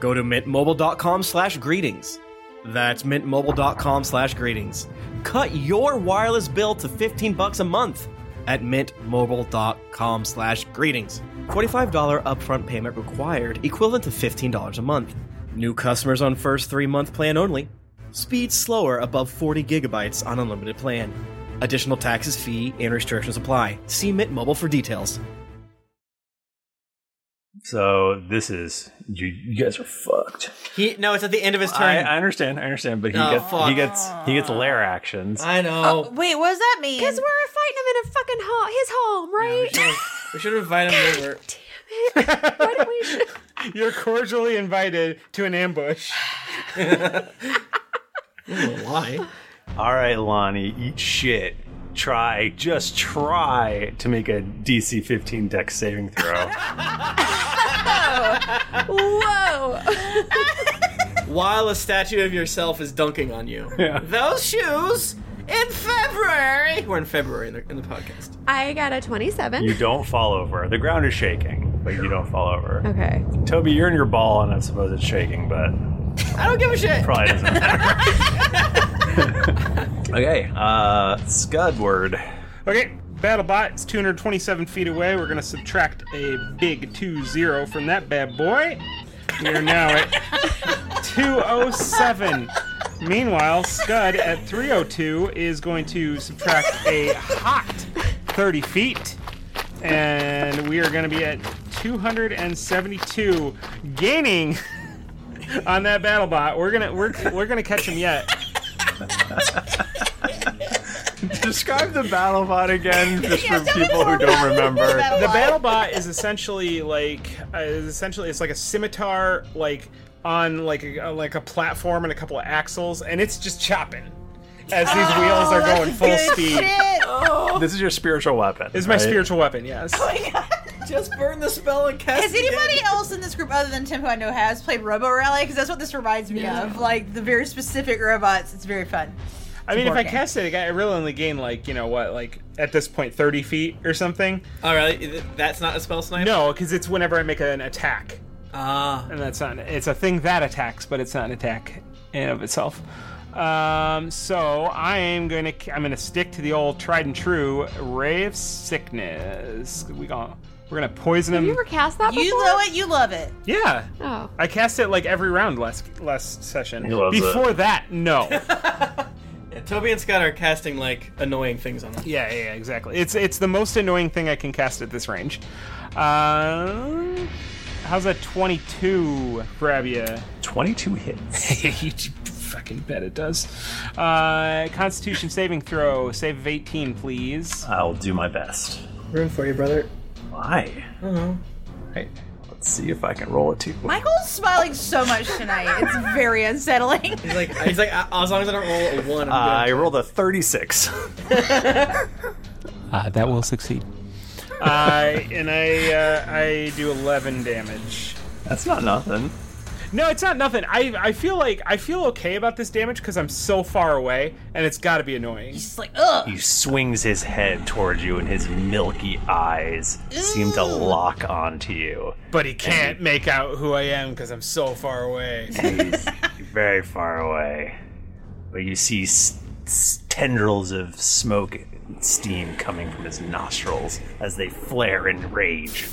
Speaker 5: go to mintmobile.com slash greetings. That's mintmobile.com slash greetings. Cut your wireless bill to 15 bucks a month at mintmobile.com slash greetings. $45 upfront payment required, equivalent to $15 a month. New customers on first three-month plan only. Speed slower above 40 gigabytes on unlimited plan. Additional taxes, fee, and restrictions apply. See Mint Mobile for details.
Speaker 1: So this is you, you guys are fucked.
Speaker 8: He no, it's at the end of his turn.
Speaker 1: I, I understand, I understand, but he
Speaker 8: Oh,
Speaker 1: gets
Speaker 8: fuck.
Speaker 1: he gets he gets lair actions.
Speaker 8: I
Speaker 5: Oh.
Speaker 8: know.
Speaker 2: Uh, Wait, what does that mean?
Speaker 3: Because we're fighting him in a fucking hall, his home, right?
Speaker 8: we should invite him over.
Speaker 6: You're cordially invited to an ambush.
Speaker 8: Why?
Speaker 1: All right, Lonnie, eat shit. Try, just try to make a DC 15 deck saving throw.
Speaker 3: Whoa!
Speaker 8: While a statue of yourself is dunking on you. Those shoes in February. We're in February in the, in the podcast.
Speaker 3: I got a 27.
Speaker 1: you don't fall over. The ground is shaking, but you don't fall over.
Speaker 3: Okay.
Speaker 1: Toby, you're in your ball, and I suppose it's shaking, but
Speaker 8: I don't give a shit.
Speaker 1: probably doesn't matter. okay, uh, Scudward.
Speaker 6: Okay, BattleBot is 227 feet away. We're gonna subtract a big 2-0 from that bad boy. We are now at 207. Meanwhile, Scud at 302 is going to subtract a hot 30 feet, and we are gonna be at 272, gaining on that BattleBot. We're gonna we're we're gonna catch him yet.
Speaker 1: Describe the BattleBot again, just
Speaker 6: Yeah,
Speaker 1: for
Speaker 6: tell me
Speaker 1: people who
Speaker 6: more
Speaker 1: don't remember.
Speaker 6: The BattleBot is essentially like uh, is essentially it's like a scimitar like on like a, uh, like a platform and a couple of axles, and it's just chopping as these
Speaker 1: Oh,
Speaker 6: wheels are
Speaker 1: that's
Speaker 6: going full
Speaker 1: good
Speaker 6: speed.
Speaker 1: shit. This is your spiritual weapon.
Speaker 6: This is my
Speaker 1: right?
Speaker 6: spiritual weapon. Yes.
Speaker 8: Just burn the spell and cast
Speaker 2: Has anybody else in this group other than Tim, who I know has played Robo Rally? Because that's what this reminds me of. Like the very specific robots. It's very fun.
Speaker 6: I mean, if I
Speaker 2: It's a board game.
Speaker 6: cast it, I really only gain like you know what, like at this point thirty feet or something.
Speaker 8: All right, that's not a spell snipe.
Speaker 6: No, because it's whenever I make an attack.
Speaker 8: Ah,
Speaker 6: and that's not. It's a thing that attacks, but it's not an attack in and of itself. Um, so I am gonna I'm gonna stick to the old tried and true ray of sickness. We gonna we're gonna poison him.
Speaker 3: cast that
Speaker 2: you
Speaker 6: before?
Speaker 2: know it. You love it.
Speaker 6: yeah.
Speaker 3: Oh.
Speaker 6: I cast it like every round last last session.
Speaker 1: He loves it.
Speaker 6: Before that, no.
Speaker 8: Yeah, Toby and Scott are casting like annoying things on him.
Speaker 6: Yeah, yeah, exactly. It's it's the most annoying thing I can cast at this range. Uh, how's a 22 grab you?
Speaker 1: 22 hits.
Speaker 6: you fucking bet it does. Uh, Constitution saving throw, save of 18, please.
Speaker 1: I'll do my best.
Speaker 8: Room for you, brother.
Speaker 1: Why?
Speaker 8: Uh-huh.
Speaker 1: Right. Let's see if I can roll a two.
Speaker 2: Michael's smiling so much tonight. It's very unsettling.
Speaker 8: He's like, he's like, "I- as long as I don't roll a one, I'm
Speaker 1: Uh, I rolled a 36.
Speaker 10: Uh, that will succeed.
Speaker 6: I and I uh, I do 11 damage.
Speaker 1: That's not nothing.
Speaker 6: No, it's not nothing. I I feel like I feel okay about this damage because I'm so far away, and it's got to be annoying.
Speaker 2: He's like, ugh.
Speaker 1: He swings his head towards you, and his milky eyes seem to lock onto you.
Speaker 6: But he can't make out who I am because I'm so far away.
Speaker 1: You're very far away, but you see s- s- tendrils of smoke and steam coming from his nostrils as they flare in rage.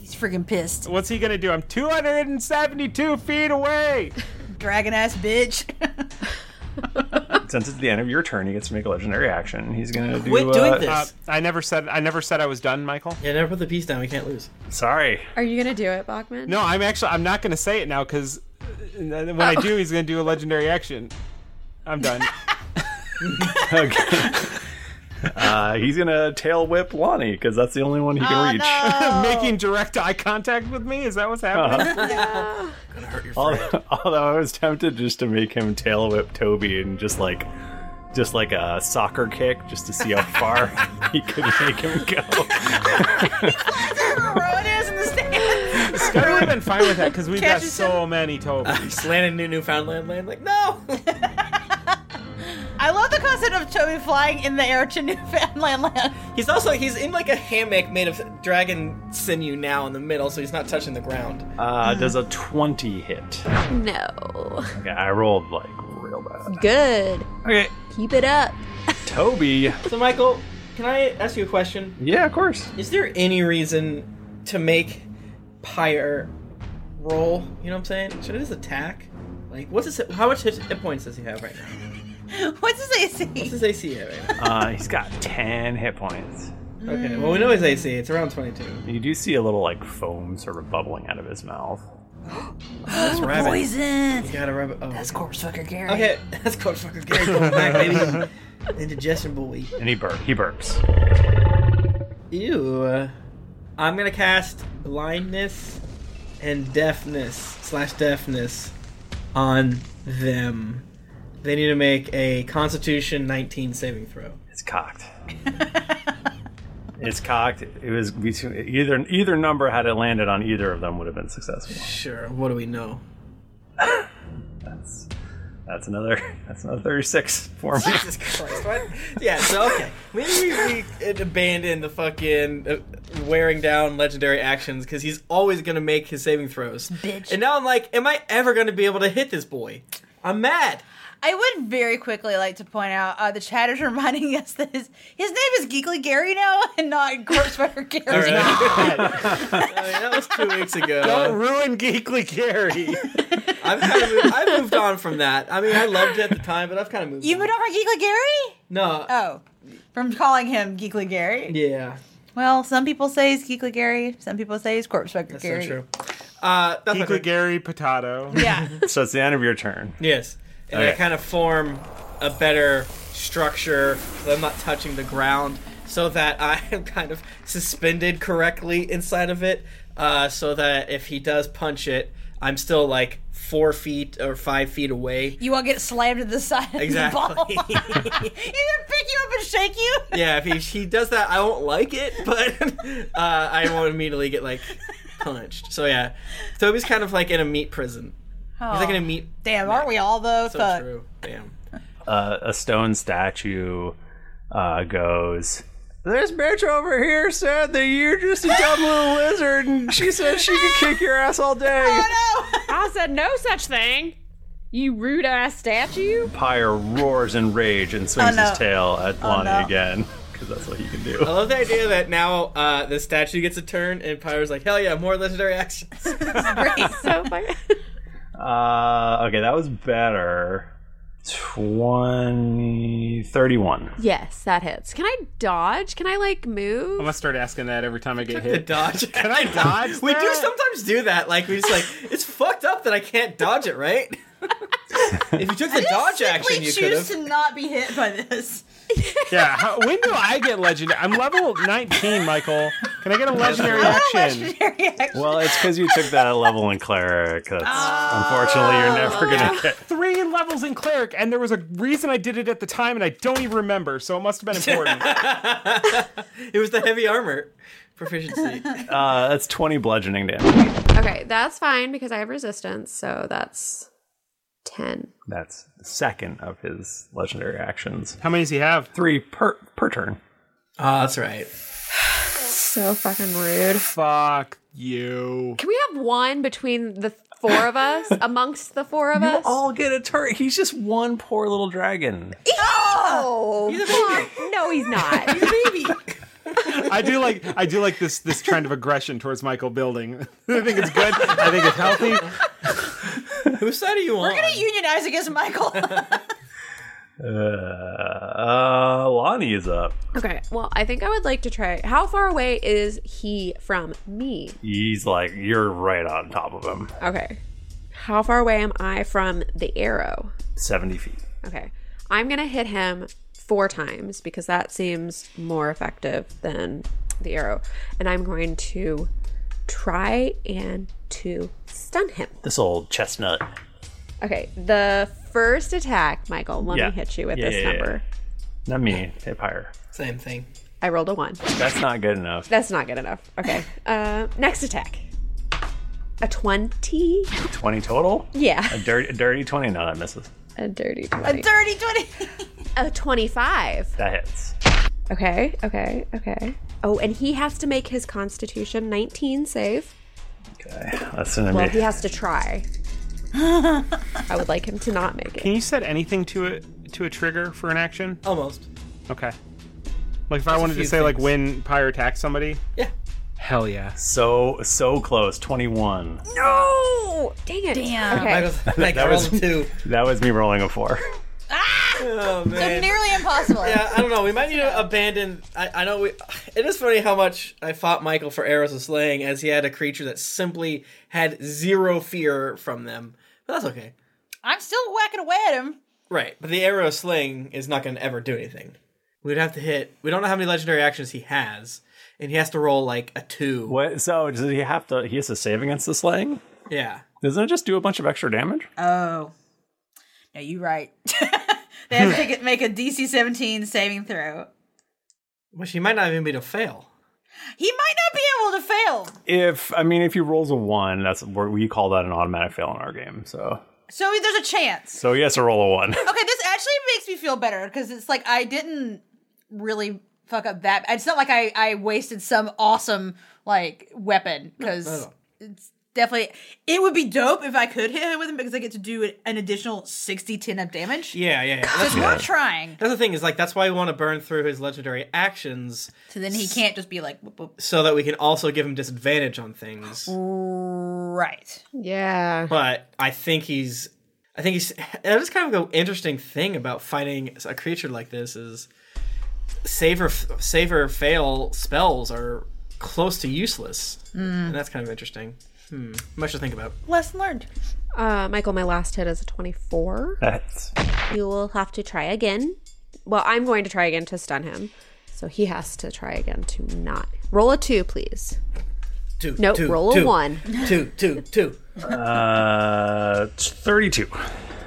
Speaker 2: He's freaking pissed.
Speaker 6: What's he gonna do? I'm 272 feet away.
Speaker 2: Dragon ass bitch.
Speaker 1: Since it's the end of your turn, he gets to make a legendary action. He's gonna do.
Speaker 6: Quit doing
Speaker 1: uh,
Speaker 6: this. I never said I never said I was done, Michael.
Speaker 5: Yeah, never put the piece down. We can't lose.
Speaker 1: Sorry.
Speaker 3: Are you gonna do it, Bachman?
Speaker 6: No, I'm actually I'm not gonna say it now because when I
Speaker 3: Oh.
Speaker 6: do, he's gonna do a legendary action. I'm done.
Speaker 1: okay. Uh, he's gonna tail whip Lonnie because that's the only one he can
Speaker 2: Oh,
Speaker 6: Oh,
Speaker 1: reach.
Speaker 6: Making direct eye contact with me? Is that what's happening?
Speaker 1: Uh-huh. Although, although I was tempted just to make him tail whip Toby and just like, just like a soccer kick, just to see how far he could make him go.
Speaker 6: I would have been fine with that because we've got
Speaker 5: Catches
Speaker 6: so many Tobys.
Speaker 5: Just landed in Newfoundland land. Like, no!
Speaker 2: I love the concept of Toby flying in the air to Newfoundland land.
Speaker 5: He's also he's in like a hammock made of dragon sinew now in the middle, so he's not touching the ground.
Speaker 1: Uh, does a twenty hit?
Speaker 3: No.
Speaker 1: Okay, I rolled like real bad.
Speaker 3: Good.
Speaker 1: Okay.
Speaker 3: Keep it up.
Speaker 1: Toby.
Speaker 5: So Michael, can I ask you a question?
Speaker 1: Yeah, of course.
Speaker 5: Is there any reason to make Pyre roll? You know what I'm saying? Should it just attack? Like, what's his how much hit, hit points does he have right now?
Speaker 2: What's his AC? What's
Speaker 5: his AC at right
Speaker 1: Uh, he's got ten hit points.
Speaker 5: now? Okay, well we know his AC. It's around 22.
Speaker 1: You do see a little like foam sort of bubbling out of his mouth.
Speaker 5: That's rabbit.
Speaker 2: Poison.
Speaker 5: You got a rabbit. Oh.
Speaker 2: That's corpse fucker Gary.
Speaker 5: Okay, that's called fucking Gary Coleman back, baby. Indigestion boy.
Speaker 1: And he burp. He burps.
Speaker 5: Ew. I'm gonna cast blindness and deafness slash deafness on them. They need to make a Constitution 19 saving throw.
Speaker 1: It's cocked. It's cocked. It was between either either number had it landed on either of them would have been successful.
Speaker 5: Sure. What do we know?
Speaker 1: That's that's another that's another thirty six for me.
Speaker 5: Jesus Christ! What? Yeah. So okay, maybe we, we abandon the fucking uh, wearing down legendary actions because he's always gonna make his saving throws. Bitch. And now I'm like, am I ever gonna be able to hit this boy? I'm mad.
Speaker 2: I would very quickly like to point out uh, the chat is reminding us that his, his name is Geekly Gary now and not Corpsefucker Gary.
Speaker 5: All right. that was two weeks ago.
Speaker 6: Don't ruin Geekly Gary.
Speaker 5: I've kind of moved, I've moved on from that. I mean, I loved it at the time, but I've kind of moved.
Speaker 2: You moved over Geekly Gary?
Speaker 5: No.
Speaker 2: Oh, from calling him Geekly Gary.
Speaker 5: Yeah.
Speaker 2: Well, some people say he's Geekly Gary. Some people say he's Corpsefucker
Speaker 5: That's
Speaker 2: Gary.
Speaker 5: so true. Uh, that's not
Speaker 6: Geekly Gary Potato.
Speaker 2: Yeah.
Speaker 1: so it's the end of your turn.
Speaker 5: Yes. And I
Speaker 1: Okay.
Speaker 5: kind of form a better structure that I'm not touching the ground so that I am kind of suspended correctly inside of it. Uh, so that if he does punch it, I'm still like four feet or five feet away.
Speaker 2: You won't get slammed to the side of
Speaker 5: Exactly.
Speaker 2: the ball. He's gonna pick you up and shake you.
Speaker 5: yeah, if he, he does that, I won't like it, but uh, I won't immediately get like punched. So yeah, Toby's kind of like in a meat prison. He's like in a meat.
Speaker 2: Oh. Damn, aren't we all though?
Speaker 5: So
Speaker 2: Fuck.
Speaker 5: true. Damn.
Speaker 1: Uh, a stone statue uh, goes. This bitch over here said that you're just a dumb little lizard, and she said she could kick your ass all day.
Speaker 3: I said no such thing. You rude ass statue.
Speaker 1: Pyre roars in rage and swings
Speaker 3: Oh, no.
Speaker 1: his tail at
Speaker 3: Oh,
Speaker 1: Lonnie
Speaker 3: no.
Speaker 1: again because that's what he can do.
Speaker 5: I love the idea that now uh, the statue gets a turn, and Pyro's like, "Hell yeah, more legendary actions."
Speaker 3: so funny.
Speaker 1: Uh, okay, that was better. 20, 31.
Speaker 3: Yes, that hits. Can I dodge? Can I like move?
Speaker 6: I'm gonna start asking that every time I get
Speaker 5: The
Speaker 6: hit.
Speaker 5: dodge.
Speaker 6: Can I dodge?
Speaker 5: we do sometimes do that. Like we just like it's fucked up that I can't dodge it, right? if you took the dodge action, you could
Speaker 2: choose
Speaker 5: have.
Speaker 2: to not be hit by this.
Speaker 6: Yeah. How, when do I get legendary? I'm level 19, Michael. Can I get a legendary
Speaker 2: I want a
Speaker 6: action?
Speaker 2: legendary action.
Speaker 1: Well, it's because you took that level in cleric. That's
Speaker 3: Oh,
Speaker 1: unfortunately you're never gonna get.
Speaker 6: Three levels in cleric, and there was a reason I did it at the time, and I don't even remember, so it must have been important.
Speaker 5: it was the heavy armor proficiency.
Speaker 1: Uh, that's twenty bludgeoning damage.
Speaker 3: Okay, that's fine because I have resistance, so that's 10.
Speaker 1: That's the second of his legendary actions.
Speaker 6: How many does he have?
Speaker 1: Three per per turn.
Speaker 5: Ah, that's right.
Speaker 3: So fucking rude.
Speaker 6: Fuck you.
Speaker 3: Can we have one between the four of us? Amongst the four of us?
Speaker 1: All get a turn. He's just one poor little dragon.
Speaker 3: Oh! fuck. No, he's not.
Speaker 2: He's a baby.
Speaker 6: I do like I do like this this trend of aggression towards Michael building. I think it's good. I think it's healthy.
Speaker 5: Whose side are you
Speaker 2: We're gonna unionize against Michael.
Speaker 1: Uh, uh, Lonnie is up.
Speaker 3: Okay, well, I think I would like to try. How far away is he from me?
Speaker 1: He's like you're right on top of him.
Speaker 3: Okay. How far away am I from the arrow?
Speaker 1: Seventy feet.
Speaker 3: Okay. I'm going to hit him four times because that seems more effective than the arrow. And I'm going to try and to stun him.
Speaker 1: This old chestnut.
Speaker 3: Okay. The first attack, Michael, let
Speaker 1: Yeah.
Speaker 3: me hit you with
Speaker 1: Yeah,
Speaker 3: this
Speaker 1: yeah, yeah.
Speaker 3: number.
Speaker 1: Not me. Hip higher.
Speaker 5: Same thing.
Speaker 3: I rolled a one.
Speaker 1: That's not good enough.
Speaker 3: That's not good enough. Okay. Uh, next attack. A 20.
Speaker 1: Twenty total.
Speaker 3: Yeah.
Speaker 1: A dirty, a dirty twenty. No, that misses.
Speaker 3: A dirty
Speaker 2: a
Speaker 3: 20.
Speaker 2: dirty twenty.
Speaker 3: A 25.
Speaker 1: That hits.
Speaker 3: Okay, okay, okay. Oh, and he has to make his constitution 19 save.
Speaker 1: That's gonna
Speaker 3: Well,
Speaker 1: be.
Speaker 3: he has to try. I would like him to not make it.
Speaker 6: Can you set anything to it to a trigger for an action?
Speaker 5: Almost.
Speaker 6: Okay. Like if I wanted to
Speaker 5: few
Speaker 6: say like
Speaker 5: things.
Speaker 6: when pyre attacks somebody.
Speaker 5: Yeah.
Speaker 6: Hell yeah.
Speaker 1: So so close. Twenty one.
Speaker 3: No! Dang it.
Speaker 2: Damn.
Speaker 3: Okay.
Speaker 5: Michael's like, I rolled a two.
Speaker 1: That was me rolling a four.
Speaker 5: Oh man.
Speaker 2: Nearly impossible.
Speaker 5: yeah, I don't know. We might need to abandon. I, I know. We, it is funny how much I fought Michael for arrows and slaying, as he had a creature that simply had zero fear from them. But that's okay,
Speaker 2: I'm still whacking away at him.
Speaker 5: right? But the arrow slaying is not going to ever do anything. We'd have to hit. We don't know how many legendary actions he has, and he has to roll like a two.
Speaker 1: What? So does he have to? He has to save against the slaying.
Speaker 5: Yeah.
Speaker 1: Doesn't it just do a bunch of extra damage?
Speaker 2: Oh. No, you right. they have to take it, make a DC 17 saving throw.
Speaker 5: Which he might not even be to fail.
Speaker 2: He might not be able to fail.
Speaker 1: If I mean, if he rolls a one, that's where we call that an automatic fail in our game. So
Speaker 2: So there's a chance.
Speaker 1: so he has to roll a one.
Speaker 2: Okay, this actually makes me feel better because it's like I didn't really fuck up that. It's not like I, I wasted some awesome like weapon because
Speaker 5: not at all.
Speaker 2: it's definitely it would be dope if I could hit him with him because I get to do an additional 60 10 up damage.
Speaker 5: Yeah, yeah, yeah. That's,
Speaker 2: Because we're trying.
Speaker 5: that's the thing is like that's why we want to burn through his legendary actions
Speaker 2: So then he can't just be like, whoop, whoop.
Speaker 5: so that we can also give him disadvantage on things.
Speaker 2: right.
Speaker 3: Yeah.
Speaker 5: but I think he's. I think he's. That is kind of an interesting thing about fighting a creature like this is save or save or fail spells are close to useless, and that's kind of interesting. Hmm, much to think about.
Speaker 2: Lesson learned.
Speaker 3: Uh, Michael, my last hit is a 24.
Speaker 1: That's
Speaker 3: You will have to try again. Well, I'm going to try again to stun him. So he has to try again to not. Roll a two, please.
Speaker 5: Two,
Speaker 3: Nope,
Speaker 5: two,
Speaker 3: roll a
Speaker 5: two,
Speaker 3: one.
Speaker 5: Two, two, two.
Speaker 1: uh thirty-two.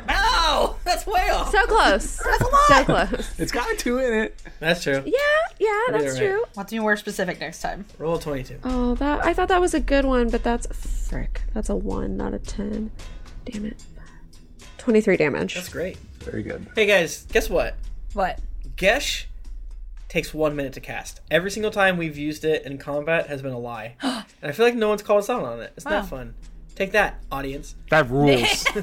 Speaker 5: Oh, that's way off.
Speaker 3: So close. so close.
Speaker 1: It's got a two in it.
Speaker 5: That's true.
Speaker 3: Yeah, yeah, that's
Speaker 5: right.
Speaker 3: true.
Speaker 2: Want to be more specific next time.
Speaker 5: Roll a twenty-two.
Speaker 3: Oh, that I thought that was a good one, but that's frick. That's a one, not a ten. Damn it. Twenty-three damage.
Speaker 5: That's great.
Speaker 1: Very good.
Speaker 5: Hey guys, guess what?
Speaker 2: What?
Speaker 5: Gesh takes one minute to cast. Every single time we've used it in combat has been a lie, and I feel like no one's called us out on it. It's
Speaker 2: Wow.
Speaker 5: not fun. Take that, audience.
Speaker 6: That rules.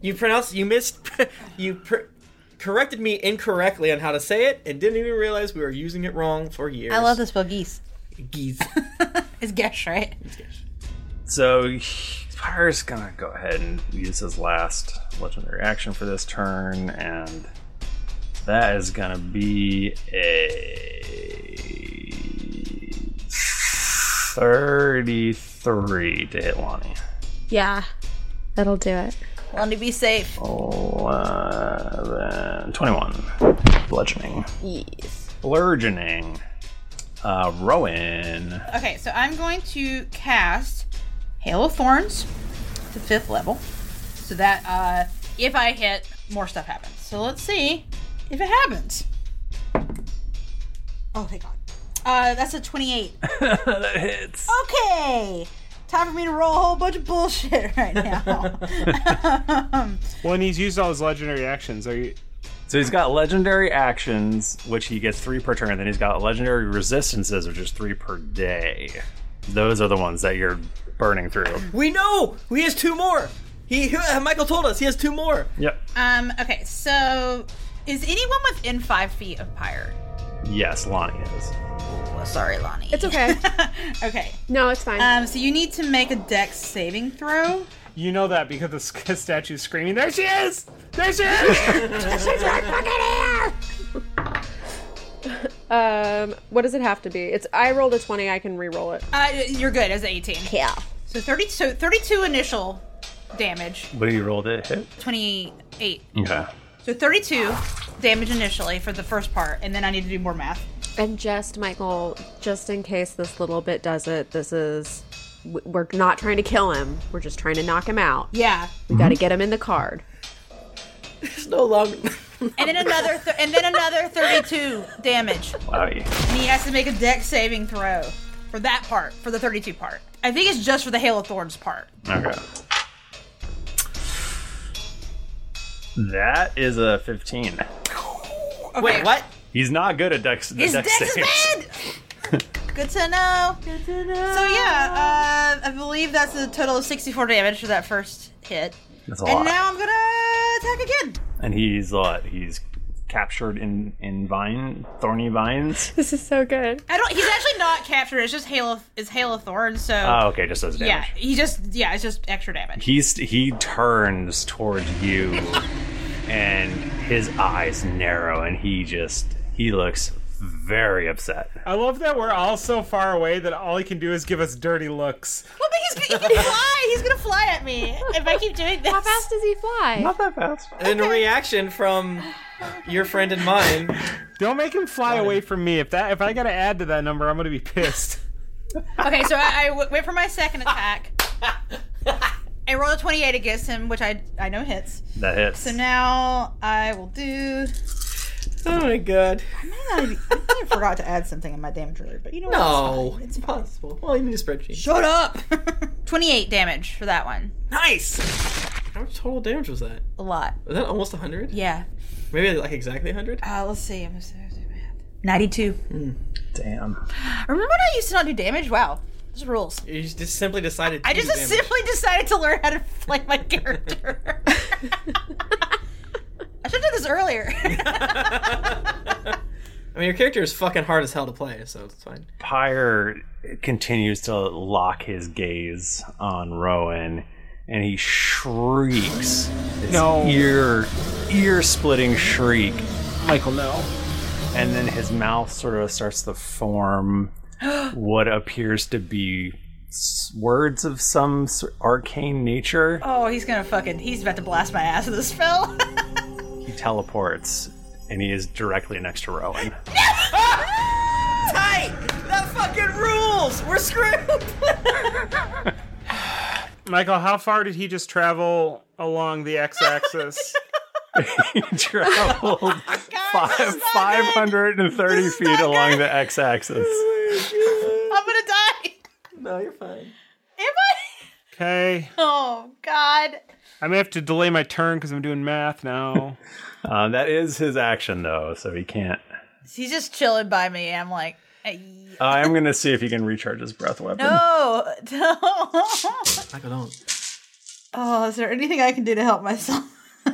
Speaker 5: You pronounced, you missed, you pr- corrected me incorrectly on how to say it, and didn't even realize we were using it wrong for years.
Speaker 2: I love this spell geese.
Speaker 5: Geese.
Speaker 2: It's Gesh, right?
Speaker 1: So he- Pyre's gonna go ahead and use his last legendary action for this turn, and that is gonna be a thirty-three to hit Lonnie.
Speaker 3: Yeah, that'll do it.
Speaker 2: Want to be safe.
Speaker 1: Eleven- 21. Bludgeoning.
Speaker 2: Yes.
Speaker 1: Bludgeoning. Uh, Rowan.
Speaker 2: Okay, so I'm going to cast Hail of Thorns to fifth level, so that uh, if I hit, more stuff happens. So let's see if it happens. Oh, thank God. Uh, that's a 28.
Speaker 1: that hits.
Speaker 2: Okay, time for me to roll a whole bunch of bullshit right now.
Speaker 6: Well, and he's used all his legendary actions. Are you?
Speaker 1: So he's got legendary actions, which he gets three per turn, and then he's got legendary resistances, which is three per day. Those are the ones that you're burning through.
Speaker 5: We know he has two more. He Michael told us he has two more.
Speaker 1: Yep.
Speaker 2: um, okay, so is anyone within five feet of Pyre?
Speaker 1: Yes, Lonnie is.
Speaker 2: sorry, Lonnie.
Speaker 3: It's okay.
Speaker 2: okay.
Speaker 3: No, it's fine.
Speaker 2: Um, so you need to make a dex saving throw.
Speaker 6: You know that because the sk- statue's screaming. There she is! There she is! She's right
Speaker 3: Um, what does it have to be? It's I rolled a twenty. I can re-roll it.
Speaker 2: Uh, you're good as 18.
Speaker 3: Yeah.
Speaker 2: So 30, so 32 initial damage,
Speaker 1: What do you roll to hit?
Speaker 2: 28.
Speaker 1: Okay.
Speaker 2: So 32 damage initially for the first part, and then I need to do more math.
Speaker 3: And just Michael, just in case this little bit does it, this is w- we're not trying to kill him. We're just trying to knock him out.
Speaker 2: Yeah.
Speaker 3: We got to get him in the card.
Speaker 5: Mm-hmm. It's no longer.
Speaker 2: And then another, th- and then another 32 damage.
Speaker 1: Wow. you-
Speaker 2: And he has to make a dex saving throw for that part, for the 32 part. I think it's just for the Hail of Thorns part.
Speaker 1: Okay. That is a 15.
Speaker 2: Wait, what?
Speaker 1: He's not good at dex.
Speaker 2: His
Speaker 1: dex
Speaker 2: dex is
Speaker 1: saves.
Speaker 2: bad. Good to know. Good to know. So yeah, uh, I believe that's a total of 64 damage for that first hit.
Speaker 1: That's a
Speaker 2: and
Speaker 1: lot.
Speaker 2: now I'm gonna attack again.
Speaker 1: and he's what? He's captured in in vine, thorny vines.
Speaker 3: This is so good.
Speaker 2: I don't. He's actually not captured. It's just hail. Of, it's hail of thorns. So.
Speaker 1: Oh, okay, just does
Speaker 2: Yeah,
Speaker 1: damage.
Speaker 2: he just yeah, it's just extra damage.
Speaker 1: He's he turns towards you, and his eyes narrow, and he just he looks very upset.
Speaker 6: I love that we're all so far away that all he can do is give us dirty looks.
Speaker 2: Well, but he's he can fly. He's gonna fly at me if I keep doing this. How fast
Speaker 3: does he fly?
Speaker 1: Not that fast.
Speaker 5: In reaction from your friend and mine,
Speaker 6: Don't make him fly away from me. If that if I gotta add to that number, I'm gonna be pissed.
Speaker 2: Okay, so I, I w- went for my second attack. I rolled a 28 against him, which I I know hits.
Speaker 1: That hits.
Speaker 2: So now I will do.
Speaker 5: Oh my god.
Speaker 2: I may not have- I may have forgot to add something in my damage earlier, but you know
Speaker 5: No.
Speaker 2: what? It's, fine. it's possible.
Speaker 5: Well, you need a spreadsheet.
Speaker 2: Shut up! 28 damage for that one.
Speaker 5: Nice! How much total damage was that?
Speaker 2: A lot.
Speaker 5: Was that almost 100?
Speaker 2: Yeah.
Speaker 5: Maybe like exactly Hmm. 100?
Speaker 2: Uh, let's see. I'm 92.
Speaker 1: Damn.
Speaker 2: Remember when I used to not do damage? Wow. Those rules.
Speaker 5: You just simply decided to
Speaker 2: I just
Speaker 5: do damage.
Speaker 2: simply decided to learn how to like my character. I should have done this earlier.
Speaker 5: I mean, your character is fucking hard as hell to play, so it's fine.
Speaker 1: Pyre continues to lock his gaze on Rowan, and he shrieks. This
Speaker 6: No.
Speaker 1: ear, ear-splitting shriek. Michael, no. And then his mouth sort of starts to form what appears to be s- words of some s- arcane nature.
Speaker 2: oh, he's gonna fucking. He's about to blast my ass with this spell.
Speaker 1: He teleports, and he is directly next to Rowan.
Speaker 5: Tight! That fucking rules! We're screwed!
Speaker 6: Michael, how far did he just travel along the x-axis?
Speaker 1: he traveled Oh. five five hundred and thirty feet along the x-axis.
Speaker 2: I'm gonna die.
Speaker 5: No, you're fine.
Speaker 2: Am I?
Speaker 6: Okay,
Speaker 2: Oh God.
Speaker 6: I may have to delay my turn because I'm doing math now.
Speaker 1: Uh, that is his action, though, so he can't.
Speaker 2: He's just chilling by me. and I'm like, "Hey,
Speaker 1: Uh, I'm going to see if he can recharge his breath weapon.
Speaker 2: no, don't.
Speaker 5: Michael, don't.
Speaker 2: Oh, is there anything I can do to help myself? Do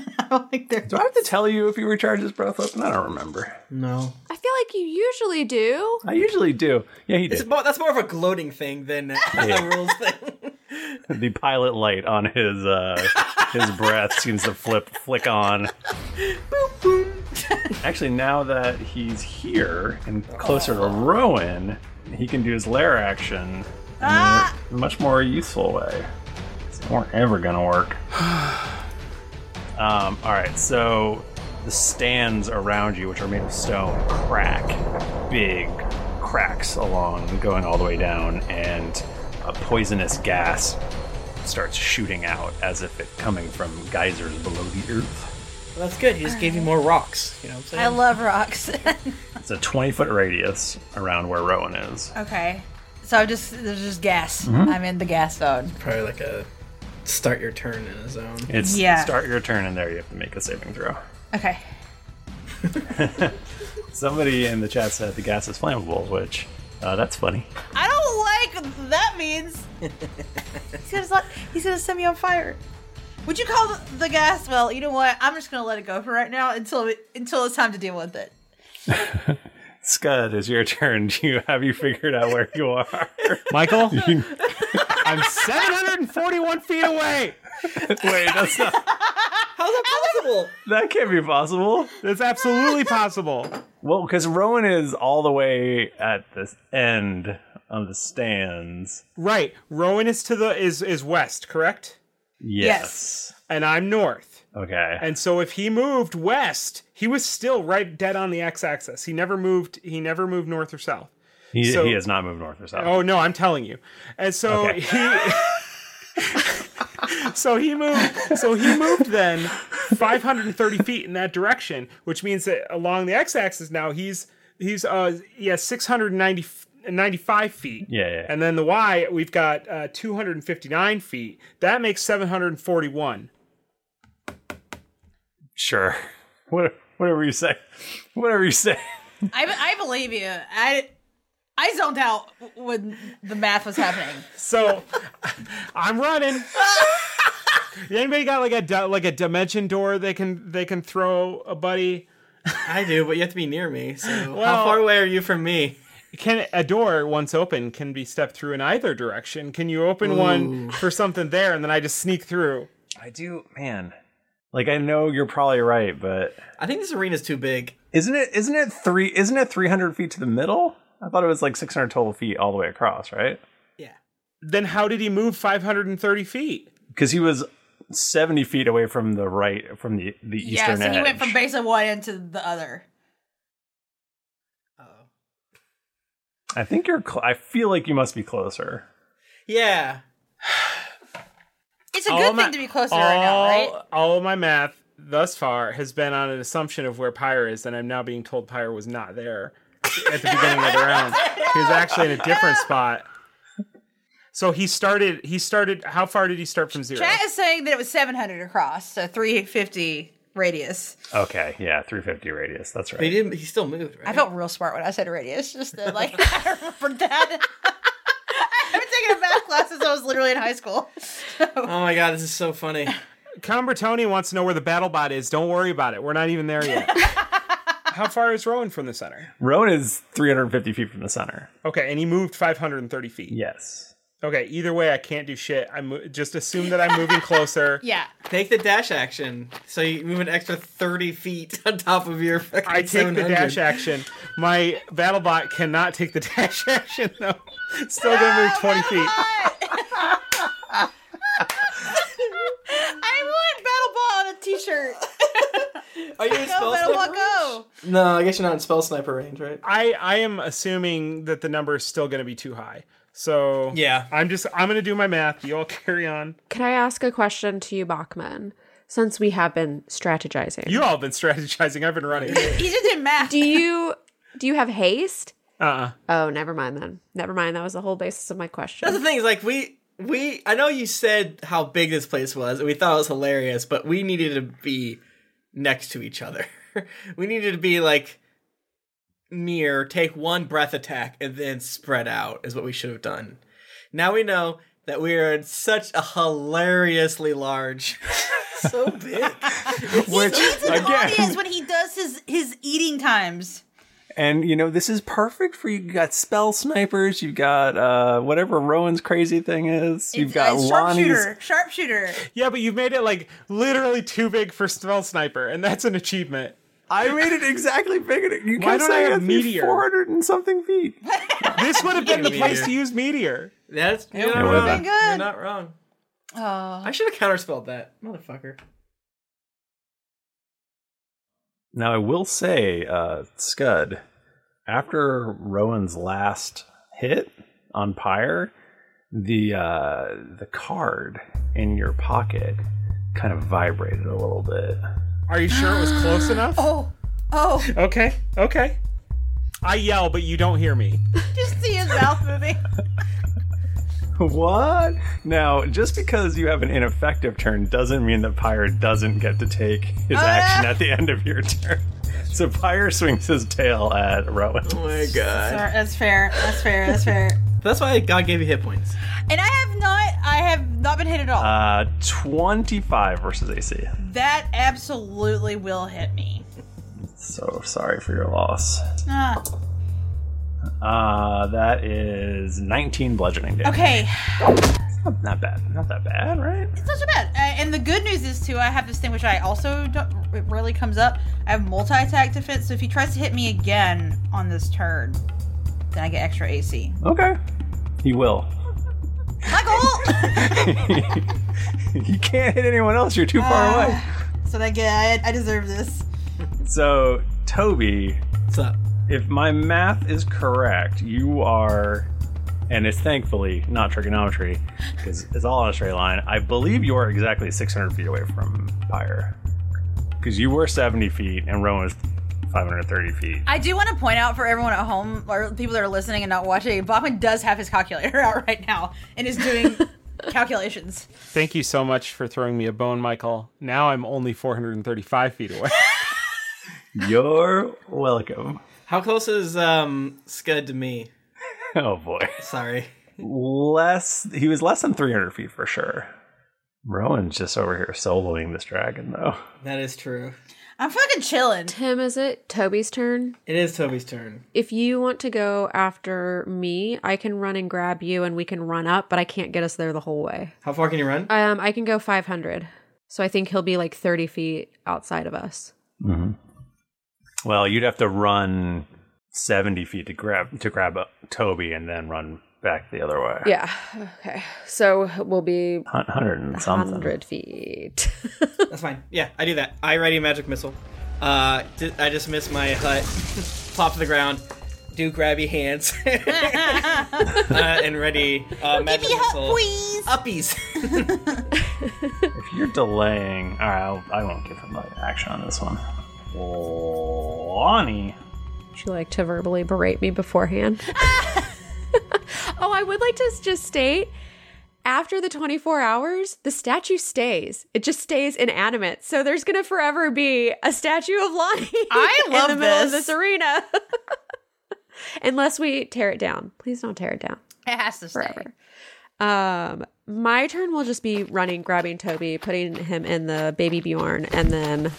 Speaker 1: I have to tell you if he recharges breath weapon? I don't remember.
Speaker 5: No.
Speaker 3: I feel like you usually do.
Speaker 1: I usually do. Yeah, he
Speaker 5: It's
Speaker 1: did.
Speaker 5: more, that's more of a gloating thing than a rules thing.
Speaker 1: the pilot light on his uh, his breath seems to flip flick on. Actually, now that he's here and closer to Rowan, he can do his lair action in
Speaker 5: Ah!
Speaker 1: a much more useful way. It's not ever gonna work. Um, all right, so the stands around you, which are made of stone, crack, big cracks along, going all the way down, and a poisonous gas starts shooting out as if it coming from geysers below the earth.
Speaker 5: Well, that's good. He just gave you more rocks. You know what I'm saying?
Speaker 2: I love rocks.
Speaker 1: It's a 20 foot radius around where Rowan is.
Speaker 2: okay. So I'm just there's just gas.
Speaker 1: Mhm.
Speaker 2: I'm in the gas zone.
Speaker 5: Probably like a start your turn in a zone.
Speaker 1: It's
Speaker 2: Yeah.
Speaker 1: start your turn, and there you have to make a saving throw.
Speaker 2: Okay.
Speaker 1: Somebody in the chat said the gas is flammable, which uh, that's funny.
Speaker 2: I don't like what that means. he's gonna sl- he's gonna set me on fire. Would you call the, the gas? Well, you know what? I'm just gonna let it go for right now until it, until it's time to deal with it.
Speaker 1: Scud, it's your turn. Do you have you figured out where you are,
Speaker 11: Michael?
Speaker 6: I'm 741 feet away.
Speaker 1: Wait, that's not.
Speaker 5: How's that possible?
Speaker 1: That can't be possible.
Speaker 6: That's absolutely possible.
Speaker 1: Well, because Rowan is all the way at the end of the stands.
Speaker 6: Right. Rowan is to the is is west, correct?
Speaker 1: Yes.
Speaker 6: And I'm north.
Speaker 1: Okay.
Speaker 6: And so if he moved west, he was still right dead on the x-axis. He never moved he never moved north or south.
Speaker 1: He,
Speaker 6: So-
Speaker 1: he has not moved north or south.
Speaker 6: Oh no, I'm telling you. And so
Speaker 1: Okay.
Speaker 6: he So he moved so he moved then 530 feet in that direction, which means that along the x-axis now he's he's uh yeah 690 95 feet.
Speaker 1: Yeah, yeah.
Speaker 6: And then the y we've got uh 259 feet. That makes 741.
Speaker 1: Sure. What, whatever you say. Whatever you say.
Speaker 2: I, be- I believe you. I I zoned out w- when the math was happening.
Speaker 6: So I'm running. Anybody got like a di- like a dimension door they can they can throw a buddy?
Speaker 5: I do, but you have to be near me. So
Speaker 6: Well-
Speaker 5: how far away are you from me?
Speaker 6: Can a door once open can be stepped through in either direction? Can you open one
Speaker 1: Ooh.
Speaker 6: for something there and then I just sneak through?
Speaker 1: I do, man. Like I know you're probably right, but
Speaker 5: I think this arena's too big.
Speaker 1: Isn't it? Isn't it three? Isn't it 300 feet to the middle? I thought it was like 600 total feet all the way across, right?
Speaker 6: Then how did he move 530 feet?
Speaker 1: Because he was 70 feet away from the right from the the
Speaker 2: yeah,
Speaker 1: eastern
Speaker 2: so
Speaker 1: edge.
Speaker 2: he went from base of one end to the other.
Speaker 1: I think you're. Cl- I feel like you must be closer.
Speaker 5: Yeah.
Speaker 2: It's a good thing to be closer right now, right?
Speaker 6: All of my math thus far has been on an assumption of where Pyre is, and I'm now being told Pyre was not there at the beginning of the round. He was actually in a different spot. So he started. He started. How far did he start from zero?
Speaker 2: Chat is saying that it was 700 across, so 350 radius.
Speaker 1: Okay, yeah, 350 radius. That's right.
Speaker 5: But he didn't. He still moved. Right?
Speaker 2: I felt real smart when I said radius. Just that, like, I remember that. I haven't taken a math class since I was literally in high school.
Speaker 5: Oh my god, this is so funny.
Speaker 6: Combertoni wants to know where the battle bot is. Don't worry about it. We're not even there yet. how far is Rowan from the center?
Speaker 1: Rowan is 350 feet from the center.
Speaker 6: Okay, and he moved 530 feet.
Speaker 1: Yes.
Speaker 6: Okay. Either way, I can't do shit. I mo- just assume that I'm moving closer.
Speaker 2: Yeah.
Speaker 5: Take the dash action. So you move an extra 30 feet on top of your fucking
Speaker 6: I take the
Speaker 5: 700.
Speaker 6: dash action. My BattleBot cannot take the dash action though. Still gonna move twenty feet.
Speaker 2: I want Battle Ball on a t shirt.
Speaker 5: Are you in spell
Speaker 2: Battle Ball
Speaker 5: sniper
Speaker 2: Go!
Speaker 5: No, I guess you're not in spell sniper range, right?
Speaker 6: I I am assuming that the number is still gonna be too high. So
Speaker 5: yeah,
Speaker 6: I'm just I'm gonna do my math. You all carry on.
Speaker 3: Can I ask a question to you, Bachman? Since we have been strategizing,
Speaker 6: You all have been strategizing. I've been running.
Speaker 2: He just did math.
Speaker 3: Do you do you have haste?
Speaker 6: Uh. uh
Speaker 3: Oh, never mind then. Never mind. That was the whole basis of my question.
Speaker 5: That's the thing is like we we I know you said how big this place was and we thought it was hilarious, but we needed to be next to each other. we needed to be like near, take one breath attack and then spread out is what we should have done. Now we know that we are in such a hilariously large so big.
Speaker 1: Which
Speaker 2: Audience when he does his, his eating times.
Speaker 1: And you know, this is perfect for you. You got spell snipers, you've got uh whatever Rowan's crazy thing is. You've got
Speaker 2: Uh,
Speaker 1: Lonnie's
Speaker 2: sharpshooter. Sharpshooter.
Speaker 6: Yeah, but you've made it like literally too big for Spell Sniper, and that's an achievement.
Speaker 1: I made it exactly big. enough. You
Speaker 6: Why
Speaker 1: kept
Speaker 6: don't I
Speaker 1: saying it
Speaker 6: have
Speaker 1: had to be
Speaker 6: meteor?
Speaker 1: 400 and something feet.
Speaker 6: this would have been the place to
Speaker 5: Meteor.
Speaker 6: use meteor.
Speaker 5: That's you're
Speaker 1: would've
Speaker 5: not
Speaker 1: been
Speaker 5: wrong.
Speaker 1: good.
Speaker 5: You're not wrong.
Speaker 2: Oh.
Speaker 5: I should have counterspelled that. Motherfucker.
Speaker 1: Now I will say, uh, Scud, after Rowan's last hit on Pyre, the uh, the card in your pocket kind of vibrated a little bit.
Speaker 6: Are you sure it was close enough?
Speaker 2: Oh, oh.
Speaker 6: Okay, okay. I yell, but you don't hear me.
Speaker 2: Just see his mouth moving.
Speaker 1: What? Now, just because you have an ineffective turn doesn't mean that Pyre doesn't get to take his
Speaker 2: Oh,
Speaker 1: action at the end of your turn. So Pyre swings his tail at Rowan. Oh
Speaker 5: my
Speaker 2: Sorry, that's fair. That's fair. That's fair.
Speaker 5: That's why God gave you hit points.
Speaker 2: And I have not. I have not been hit at all.
Speaker 1: Uh, 25 versus AC.
Speaker 2: that absolutely will hit me.
Speaker 1: So sorry for your loss.
Speaker 2: Ah.
Speaker 1: Uh, that is 19 bludgeoning damage.
Speaker 2: Okay.
Speaker 1: Not, not bad. Not that bad, right?
Speaker 2: It's not so bad. Uh, and the good news is too, I have this thing which I also don't, it rarely comes up. I have multi-attack defense, so if he tries to hit me again on this turn, then I get extra AC.
Speaker 1: Okay. He will. you can't hit anyone else. You're too far
Speaker 2: Uh.
Speaker 1: away.
Speaker 2: Ah, So that get I, I deserve this.
Speaker 1: So, Toby.
Speaker 5: What's up?
Speaker 1: If my math is correct, you are, and it's thankfully not trigonometry, because it's all on a straight line. I believe you are exactly 600 feet away from Pyre. Because you were 70 feet and Rowan was 530 feet.
Speaker 2: I do want to point out for everyone at home or people that are listening and not watching, Bachman does have his calculator out right now and is doing calculations.
Speaker 6: Thank you so much for throwing me a bone, Michael. Now I'm only 435 feet away.
Speaker 1: You're welcome.
Speaker 5: How close is um Scud to me?
Speaker 1: Oh boy.
Speaker 5: Sorry.
Speaker 1: Less, he was less than 300 feet for sure. Rowan's just over here soloing this dragon, though.
Speaker 5: That is true.
Speaker 2: I'm fucking chilling.
Speaker 3: Tim, is it Toby's turn?
Speaker 5: It is Toby's turn.
Speaker 3: If you want to go after me, I can run and grab you and we can run up, but I can't get us there the whole way.
Speaker 5: How far can you run?
Speaker 3: Um, I can go 500. So I think he'll be like 30 feet outside of us.
Speaker 1: Mm-hmm. Well, you'd have to run 70 feet to grab to grab uh, Toby and then run back the other way.
Speaker 3: Yeah. Okay. So we'll be
Speaker 1: Hun- hundred and something.
Speaker 3: 100 feet.
Speaker 5: That's fine. Yeah, I do that. I ready magic missile. Uh, di- I just miss my hut. Plop to the ground. Do grabby hands uh, and ready uh, magic missile. Uppies.
Speaker 1: If you're delaying, all right, I'll, I won't give him like, action on this one. Lonnie.
Speaker 3: Would you like to verbally berate me beforehand? oh, I would like to just state after the 24 hours, the statue stays. It just stays inanimate. So there's going to forever be a statue of Lonnie
Speaker 2: I love
Speaker 3: in the middle of
Speaker 2: this.
Speaker 3: this arena. Unless we tear it down. Please don't tear it down.
Speaker 2: It has to stay.
Speaker 3: Um, my turn will just be running, grabbing Toby, putting him in the baby Bjorn, and then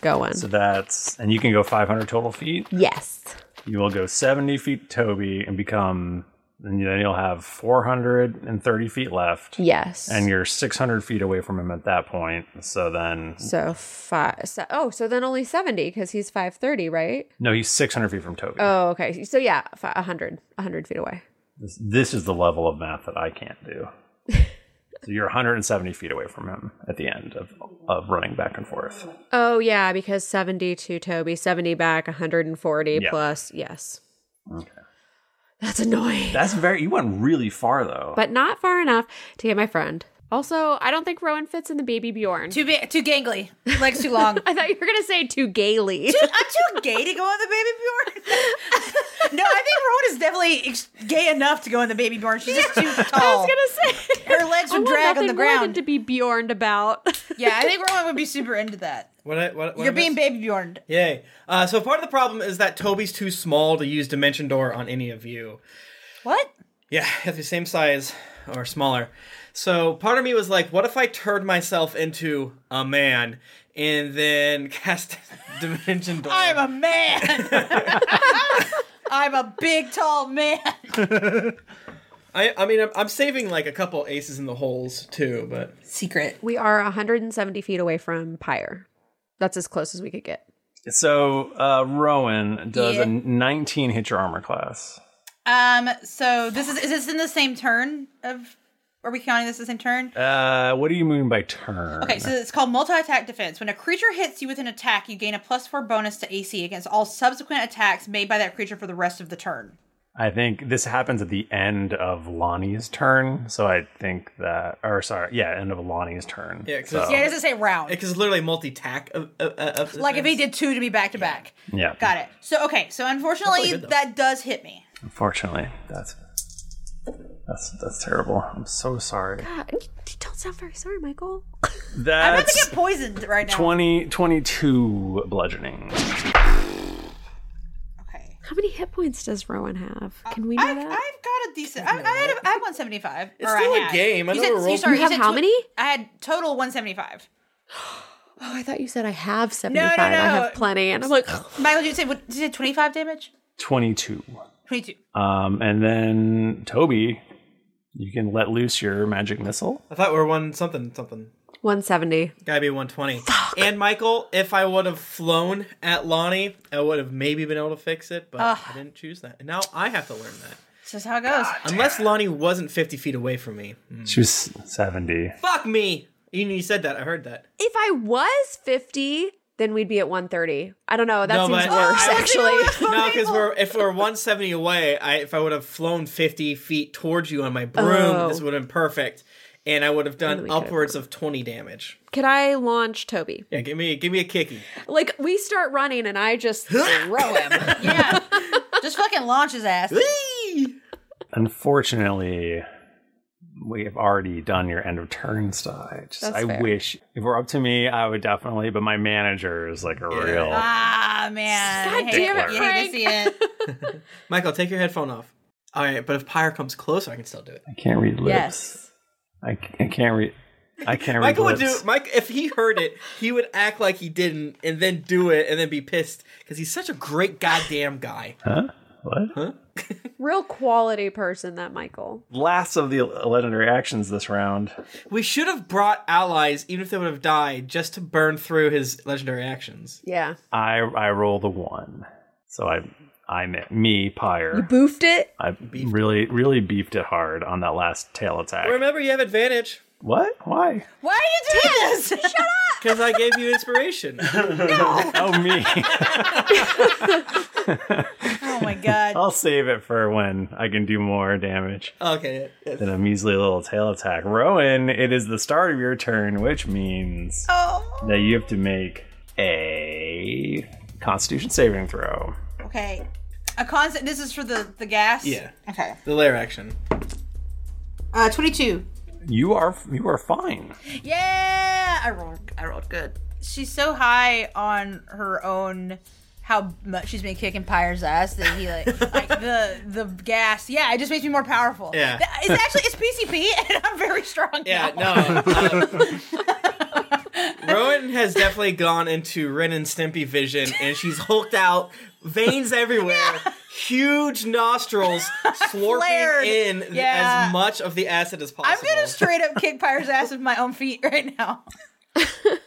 Speaker 3: going.
Speaker 1: So that's and you can go 500 total feet.
Speaker 3: yes.
Speaker 1: You will go 70 feet to Toby and become and then you'll have 430 feet left.
Speaker 3: Yes.
Speaker 1: And you're 600 feet away from him at that point. So then
Speaker 3: So five. So, oh, so then only seventy because he's five thirty, right?
Speaker 1: No, he's 600 feet from Toby.
Speaker 3: Oh, okay. So yeah, fi- a hundred, a hundred feet away.
Speaker 1: This, this is the level of math that I can't do. so you're 170 feet away from him at the end of, of running back and forth.
Speaker 3: Oh yeah, because seventy to Toby, seventy back, hundred and forty
Speaker 1: Yeah.
Speaker 3: plus. Yes,
Speaker 1: Okay.
Speaker 3: that's annoying,
Speaker 1: That's very. You went really far though.
Speaker 3: but not far enough to get my friend. Also, I don't think Rowan fits in the baby Bjorn.
Speaker 2: Too big, too gangly, legs too long.
Speaker 3: I thought you were gonna say too gaily.
Speaker 2: Dude, I'm too gay to go on the baby Bjorn. no, I think Rowan is definitely ex- gay enough to go on the baby Bjorn. She's just too tall.
Speaker 3: I was gonna say
Speaker 2: Her legs
Speaker 3: I
Speaker 2: would
Speaker 3: want
Speaker 2: drag on the
Speaker 3: nothing Rowan
Speaker 2: ground.
Speaker 3: to be Bjorned about.
Speaker 2: yeah, I think Rowan would be super into that.
Speaker 5: What? I, what, what
Speaker 2: You're
Speaker 5: I
Speaker 2: being
Speaker 5: miss?
Speaker 2: baby Bjorn.
Speaker 5: Yay. Uh, so part of the problem is that Toby's too small to use Dimension Door on any of you.
Speaker 2: What?
Speaker 5: Yeah, have the same size or smaller. So part of me was like, what if I turned myself into a man and then cast Dimension Door?
Speaker 2: I'm a man. I'm a big tall man.
Speaker 5: I, I mean, I'm, I'm saving like a couple aces in the holes too, but
Speaker 2: Secret.
Speaker 3: We are 170 feet away from Pyre. That's as close as we could get.
Speaker 1: so uh, Rowan does
Speaker 2: Yeah.
Speaker 1: a 19 hit your armor class.
Speaker 2: Um. So this is is this in the same turn of? Are we counting this as in turn?
Speaker 1: Uh, what do you mean by turn?
Speaker 2: Okay, so it's called multi attack defense. When a creature hits you with an attack, you gain a plus four bonus to AC against all subsequent attacks made by that creature for the rest of the turn.
Speaker 1: I think this happens at the end of Lonnie's turn, so I think that, or sorry, yeah, end of Lonnie's turn.
Speaker 5: Yeah,
Speaker 1: so,
Speaker 2: Yeah, it doesn't say round.
Speaker 5: Because it's literally multi-tack. Of, of, of
Speaker 2: Like if he did two to be back to back.
Speaker 1: yeah.
Speaker 2: Got it. So, okay, so unfortunately,
Speaker 1: good, though.
Speaker 2: that does hit me.
Speaker 1: Unfortunately, that's that's that's terrible. I'm so sorry.
Speaker 3: You don't sound very sorry, Michael.
Speaker 2: I'm about to
Speaker 1: That's
Speaker 2: get poisoned right now.
Speaker 1: 20, 22 bludgeoning.
Speaker 3: How many hit points does Rowan have? Can we know that?
Speaker 2: I've got a decent. I, I, had a, I had 175.
Speaker 3: It's
Speaker 2: or I
Speaker 3: still a
Speaker 2: had.
Speaker 3: game. I
Speaker 2: you
Speaker 3: know
Speaker 2: said,
Speaker 3: we're
Speaker 2: you-
Speaker 3: roll-
Speaker 2: sorry,
Speaker 3: You
Speaker 2: you
Speaker 3: have
Speaker 2: said
Speaker 3: how
Speaker 2: tw-
Speaker 3: many?
Speaker 2: I had total 175.
Speaker 3: Oh, I thought you said I have
Speaker 2: No, no,
Speaker 3: 75.
Speaker 2: no.
Speaker 3: I have plenty. And I'm like,
Speaker 2: Michael, did you say, what, did you say 25 damage?
Speaker 1: 22.
Speaker 2: 22.
Speaker 1: Um, and then Toby, you can let loose your magic missile.
Speaker 5: I thought we were one something something.
Speaker 3: 170.
Speaker 5: Gotta be 120. And Michael, if I would have flown at Lonnie, I would have maybe been able to fix it, but
Speaker 2: Ugh.
Speaker 5: I didn't choose that. And now I have to learn that.
Speaker 2: This is how it goes.
Speaker 5: Unless Lonnie wasn't 50 feet away from me. Hmm.
Speaker 1: She was 70.
Speaker 5: Fuck me! Even you said that, I heard that.
Speaker 3: If I was 50, then we'd be at 130. I don't know. That
Speaker 5: No,
Speaker 3: seems
Speaker 5: but-
Speaker 3: worse,
Speaker 5: Oh,
Speaker 3: actually.
Speaker 5: No, because we're if we're 170 away, I if I would have flown 50 feet towards you on my broom,
Speaker 3: Oh.
Speaker 5: this would have been perfect, and I would have
Speaker 3: Then we
Speaker 5: done
Speaker 3: could have
Speaker 5: upwards of 20 damage.
Speaker 3: Could I launch Toby?
Speaker 5: Yeah, give me give me a kicky.
Speaker 3: Like, we start running and I just throw him.
Speaker 2: Just fucking launch his ass.
Speaker 1: Unfortunately, we have already done your end of turn stage.
Speaker 2: That's
Speaker 1: I
Speaker 2: fair.
Speaker 1: wish if it were up to me, I would definitely, but my manager is like a real.
Speaker 2: Ah, man.
Speaker 3: God
Speaker 2: I hate
Speaker 3: damn it,
Speaker 2: you hate to see it.
Speaker 5: Michael, take your headphone off. All right, but if Pyre comes closer, I can still do it. I
Speaker 1: can't read lips.
Speaker 2: Yes.
Speaker 1: I, c- I can't read. I can't read
Speaker 5: Michael would
Speaker 1: lips.
Speaker 5: do Mike if he heard it, he would act like he didn't, and then do it, and then be pissed because he's such a great goddamn guy.
Speaker 1: Huh? What?
Speaker 5: Huh?
Speaker 3: Real quality person, that Michael.
Speaker 1: Last of the legendary actions this round.
Speaker 5: We should have brought allies, even if they would have died, just to burn through his legendary actions.
Speaker 3: Yeah.
Speaker 1: I I rolled a one, so I I mi- me
Speaker 3: You
Speaker 1: pyre.
Speaker 3: boofed it?
Speaker 1: I really really beefed it hard on that last tail attack.
Speaker 5: Remember, you have advantage
Speaker 1: What? Why?
Speaker 2: Why are you doing this? Shut up.
Speaker 5: because I gave you inspiration.
Speaker 1: oh me.
Speaker 2: oh my god.
Speaker 1: I'll save it for when I can do more damage
Speaker 5: Okay. yes.
Speaker 1: than a measly little tail attack. Rowan, it is the start of your turn, which means that you have to make a Constitution saving throw.
Speaker 2: Okay. A constant. This is for the the gas.
Speaker 1: Yeah.
Speaker 2: Okay.
Speaker 5: The lair action.
Speaker 2: Uh, twenty-two.
Speaker 1: You are you are fine.
Speaker 2: Yeah, I rolled. I rolled good. She's so high on her own. How much she's been kicking Pyre's ass that he like, like the the gas. Yeah, it just makes me more powerful.
Speaker 5: Yeah.
Speaker 2: That- it's actually it's PCP and I'm very strong.
Speaker 5: Yeah,
Speaker 2: now.
Speaker 5: Rowan has definitely gone into Ren and Stimpy vision, and she's hulked out, veins everywhere, huge nostrils slurping
Speaker 2: Flared.
Speaker 5: in
Speaker 2: Yeah.
Speaker 5: as much of the acid as
Speaker 2: I'm
Speaker 5: possible.
Speaker 2: gonna straight up kick Pyre's ass with my own feet right now.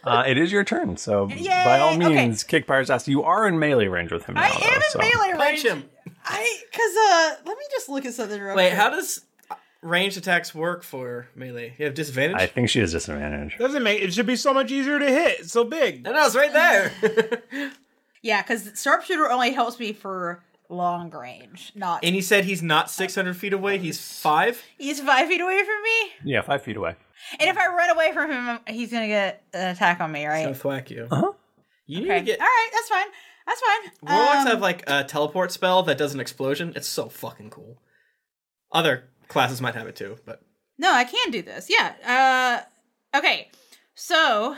Speaker 1: Uh, it is your turn, so
Speaker 2: Yay!
Speaker 1: by all
Speaker 2: Okay.
Speaker 1: means, kick Pyre's ass. You are in melee range with him. Now,
Speaker 2: I am in
Speaker 1: so.
Speaker 2: melee range.
Speaker 5: Punch him.
Speaker 2: I cause uh let me just look at something real
Speaker 5: Wait,
Speaker 2: quick.
Speaker 5: how does uh, ranged attacks work for melee? You have disadvantage.
Speaker 1: I think she has disadvantage.
Speaker 6: Doesn't make it should be so much easier to hit. It's so big.
Speaker 5: No, no, it's right there.
Speaker 2: Yeah, because sharpshooter only helps me for long range, not.
Speaker 5: and he said he's not 600 feet away. He's five.
Speaker 2: He's five feet away from me,
Speaker 1: Yeah, five feet away.
Speaker 2: and if I run away from him, he's gonna get an attack on me, right?
Speaker 5: Gonna thwack you. Uh-huh. You
Speaker 2: Okay.
Speaker 5: need to get.
Speaker 2: All right, that's fine. That's fine.
Speaker 5: Warlocks
Speaker 2: Um,
Speaker 5: have like a teleport spell that does an explosion. It's so fucking cool. Other classes might have it too, but
Speaker 2: no, I can do this. Yeah. Uh, okay. So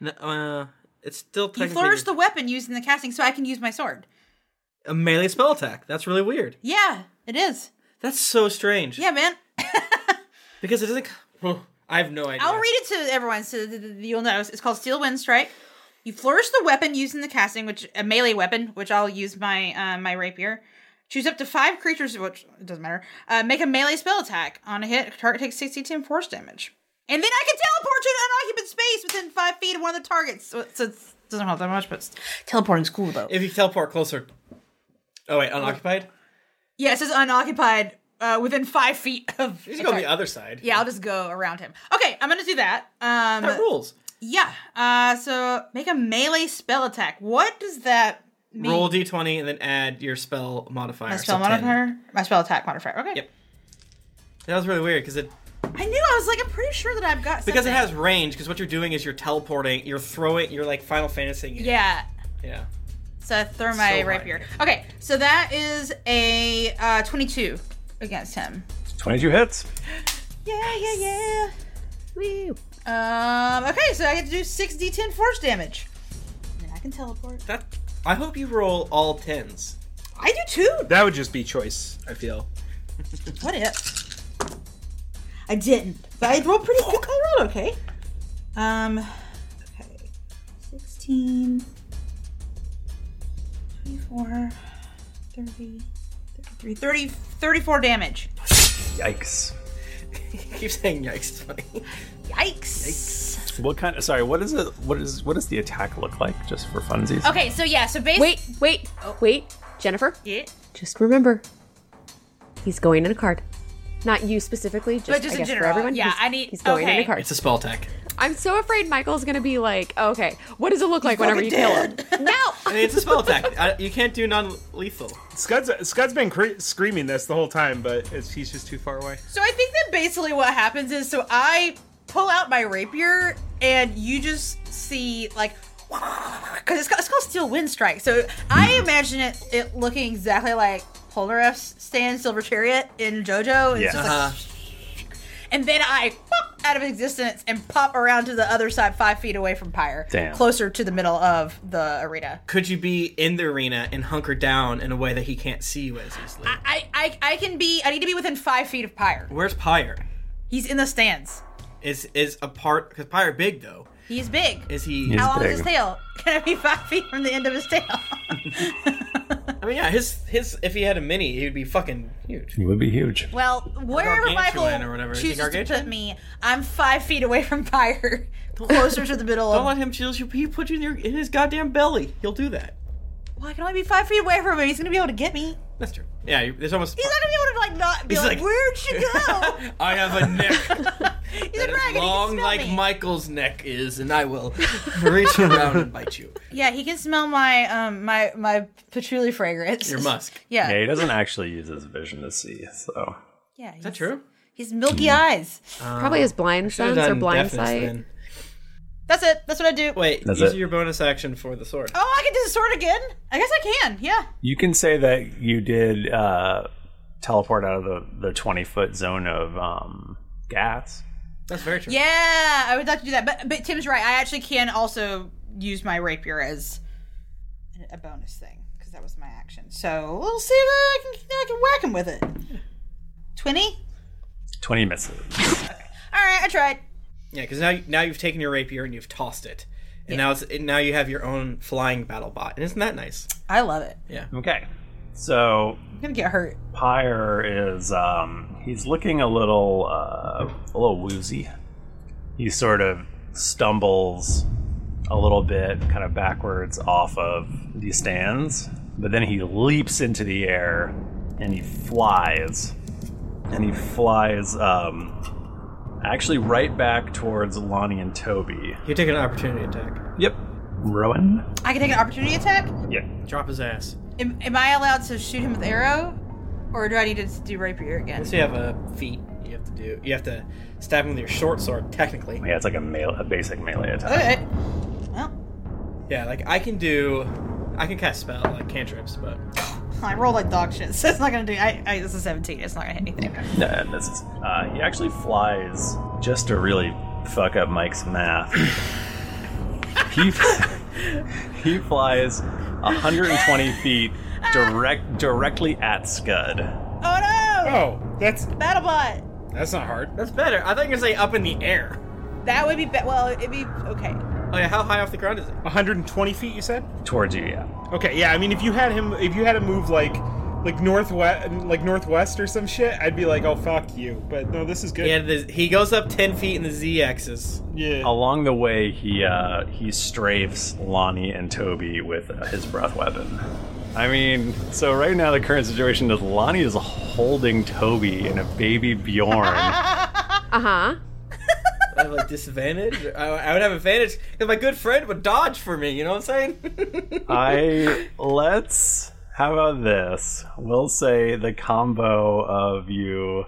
Speaker 5: No, uh, it's still
Speaker 2: you
Speaker 5: technically
Speaker 2: flourish the weapon used in the casting, so I can use my sword.
Speaker 5: a melee spell attack. That's really weird.
Speaker 2: Yeah, it is.
Speaker 5: That's so strange.
Speaker 2: Yeah, man.
Speaker 5: Because it doesn't. I have no idea.
Speaker 2: I'll read it to everyone so th- th- you'll know. It's called Steel Wind Strike. You flourish the weapon used in the casting, which a melee weapon, which I'll use my uh, my rapier. Choose up to five creatures, which it doesn't matter. Uh, make a melee spell attack on a hit. Target takes sixty ten force damage, and then I can teleport to an unoccupied space within five feet of one of the targets. So, so it doesn't help that much, but it's- teleporting's cool though.
Speaker 5: If you teleport closer. Oh wait, unoccupied.
Speaker 2: yeah, it says unoccupied. uh, within five feet of.
Speaker 5: You should go on the other side.
Speaker 2: Yeah, I'll just go around him. Okay, I'm gonna do that. Um,
Speaker 5: That rules.
Speaker 2: Yeah. Uh, so make a melee spell attack. What does that mean?
Speaker 5: Roll d20 and then add your spell modifier.
Speaker 2: my spell
Speaker 5: so 10.
Speaker 2: modifier. My spell attack modifier. Okay.
Speaker 5: Yep. That was really weird because it
Speaker 2: I knew. I was like, I'm pretty sure that I've got.
Speaker 5: because
Speaker 2: something.
Speaker 5: it has range. Because what you're doing is you're teleporting. You're throwing. You're like Final Fantasy.
Speaker 2: Yeah.
Speaker 5: Yeah.
Speaker 2: So I throw my
Speaker 5: So
Speaker 2: rapier. Okay. So that is a uh, 22 against him.
Speaker 1: 22 hits.
Speaker 2: Yeah, yeah, yeah. Woo. Um. Okay. So I get to do six d10 force damage. And I can teleport.
Speaker 5: That. I hope you roll all tens.
Speaker 2: I do too.
Speaker 5: That would just be choice. I feel.
Speaker 2: What if? I didn't, but I rolled pretty good. I rolled okay. Um, okay, 16, 24, 30, 33, 30, 34 damage.
Speaker 1: Yikes.
Speaker 5: keep saying yikes. It's funny.
Speaker 2: Yikes.
Speaker 1: What kind of sorry, what is it what is what does the attack look like just for funsies?
Speaker 2: Okay, so yeah, so basically.
Speaker 3: Wait, wait,
Speaker 2: Oh.
Speaker 3: wait, Jennifer.
Speaker 2: Yeah.
Speaker 3: Just remember, he's going in a card. Not you specifically, just,
Speaker 2: But just in
Speaker 3: I guess
Speaker 2: general,
Speaker 3: for everyone.
Speaker 2: yeah,
Speaker 3: he's,
Speaker 2: I need-
Speaker 3: He's going in
Speaker 2: okay.
Speaker 3: a card.
Speaker 5: It's a spell attack.
Speaker 3: I'm so afraid Michael's gonna be like, okay, what does it look like whenever you kill him?
Speaker 5: I mean, it's a spell attack. I, you can't do non-lethal.
Speaker 6: Scud's Scud's been cre- screaming this the whole time, but it's, he's just too far away.
Speaker 2: So I think that basically what happens is so I pull out my rapier and you just see like because it's, ca- it's called steel wind strike. So I imagine it it looking exactly like Polnareff's stand silver chariot in JoJo. And, Oh, it's just like-
Speaker 12: Uh-huh.
Speaker 2: and then I pop out of existence and pop around to the other side five feet away from Pyre,
Speaker 5: Damn.
Speaker 2: closer to the middle of the arena.
Speaker 5: Could you be in the arena and hunker down in a way that he can't see you as easily?
Speaker 2: I, I I can be I need to be within five feet of Pyre.
Speaker 5: Where's Pyre?
Speaker 2: He's in the stands.
Speaker 5: Is is a part because Pyre big though?
Speaker 2: He's big.
Speaker 5: Is he?
Speaker 2: How long is his tail? Can it be five feet from the end of his tail?
Speaker 5: I mean, yeah, his his if he had a mini, he'd be fucking huge.
Speaker 1: It would be huge.
Speaker 2: Well, wherever Michael
Speaker 5: Gargantuan or whatever. Is he
Speaker 2: chooses to
Speaker 5: gargantuan?
Speaker 2: put me, I'm five feet away from Pyre, closer to the middle
Speaker 5: Don't
Speaker 2: of.
Speaker 5: let him shield you. He put you in, your, in his goddamn belly. He'll do that.
Speaker 2: Well, I can only be five feet away from him. He's gonna be able to get me.
Speaker 5: That's true. Yeah, you- there's almost.
Speaker 2: He's not gonna be able to like not be
Speaker 5: He's
Speaker 2: like,
Speaker 5: like-
Speaker 2: where'd she go?
Speaker 5: I have a neck.
Speaker 2: He's a dragon.
Speaker 5: long
Speaker 2: he can smell
Speaker 5: like
Speaker 2: me.
Speaker 5: Michael's neck is, and I will reach around and bite you.
Speaker 2: Yeah, he can smell my um my my patchouli fragrance.
Speaker 1: Your musk.
Speaker 2: Yeah.
Speaker 1: Yeah, he doesn't actually use his vision to see, so
Speaker 2: Yeah. Is
Speaker 5: that true? Um,
Speaker 2: He's milky eyes.
Speaker 3: Probably his blind
Speaker 5: should've
Speaker 3: sense or
Speaker 5: done
Speaker 3: blind
Speaker 5: deafness
Speaker 3: sight.
Speaker 5: then.
Speaker 2: That's it. That's what I do.
Speaker 5: Wait,
Speaker 1: That's
Speaker 5: use
Speaker 1: it.
Speaker 5: your bonus action for the sword.
Speaker 2: Oh, I can do the sword again. I guess I can. Yeah.
Speaker 1: You can say that you did uh, teleport out of the, the 20 foot zone of um, gas.
Speaker 5: That's very true.
Speaker 2: Yeah, I would like to do that. But but Tim's right. I actually can also use my rapier as a bonus thing because that was my action. So we'll see if I can I can whack him with it. Twenty.
Speaker 1: 20 misses.
Speaker 2: All right, I tried.
Speaker 5: Yeah, because now now you've taken your rapier and you've tossed it, and now it's and now you have your own flying battle bot, and isn't that nice?
Speaker 2: I love it.
Speaker 5: Yeah.
Speaker 1: Okay. So
Speaker 2: I'm gonna get hurt.
Speaker 1: Pyre is um, he's looking a little uh, a little woozy. He sort of stumbles a little bit, kind of backwards off of the stands, but then he leaps into the air and he flies, and he flies um, actually right back towards Lonnie and Toby.
Speaker 5: You take an opportunity attack.
Speaker 1: Yep. Rowan.
Speaker 2: I can take an opportunity attack.
Speaker 1: Yeah.
Speaker 5: Drop his ass.
Speaker 2: Am, am I allowed to shoot him with arrow, or do I need to do rapier again?
Speaker 5: Unless you have a feat, you have to do. You have to stab him with your short sword, technically.
Speaker 1: Yeah, it's like a male, a basic melee attack.
Speaker 2: Okay.
Speaker 5: Yeah, like I can do, I can cast spell like cantrips, but
Speaker 2: I roll like dog shit, so it's not gonna do. I, I this is seventeen. It's not gonna hit anything.
Speaker 1: No, that misses. Uh, he actually flies just to really fuck up Mike's math. he he flies 120 feet direct directly at Scud.
Speaker 2: Oh no!
Speaker 6: Oh, that's
Speaker 2: Battlebot.
Speaker 6: That's not hard.
Speaker 5: That's better. I thought you were gonna say up in the air.
Speaker 2: That would be, be well. It'd be okay.
Speaker 5: Oh yeah, how high off the ground is it?
Speaker 6: 120 feet, you said?
Speaker 1: Towards you, yeah.
Speaker 6: Okay, yeah. I mean, if you had him, if you had him move like, like northwest, like northwest or some shit, I'd be like, oh fuck you. But no, this is good.
Speaker 5: Yeah, the, he goes up ten feet in the z-axis.
Speaker 6: Yeah.
Speaker 1: Along the way, he uh, he strafes Lonnie and Toby with uh, his breath weapon. I mean, so right now the current situation is Lonnie is holding Toby and a baby Bjorn.
Speaker 3: Uh huh.
Speaker 5: I have a disadvantage. I, I would have advantage because my good friend would dodge for me. You know what I'm saying?
Speaker 1: I let's how about this? We'll say the combo of you.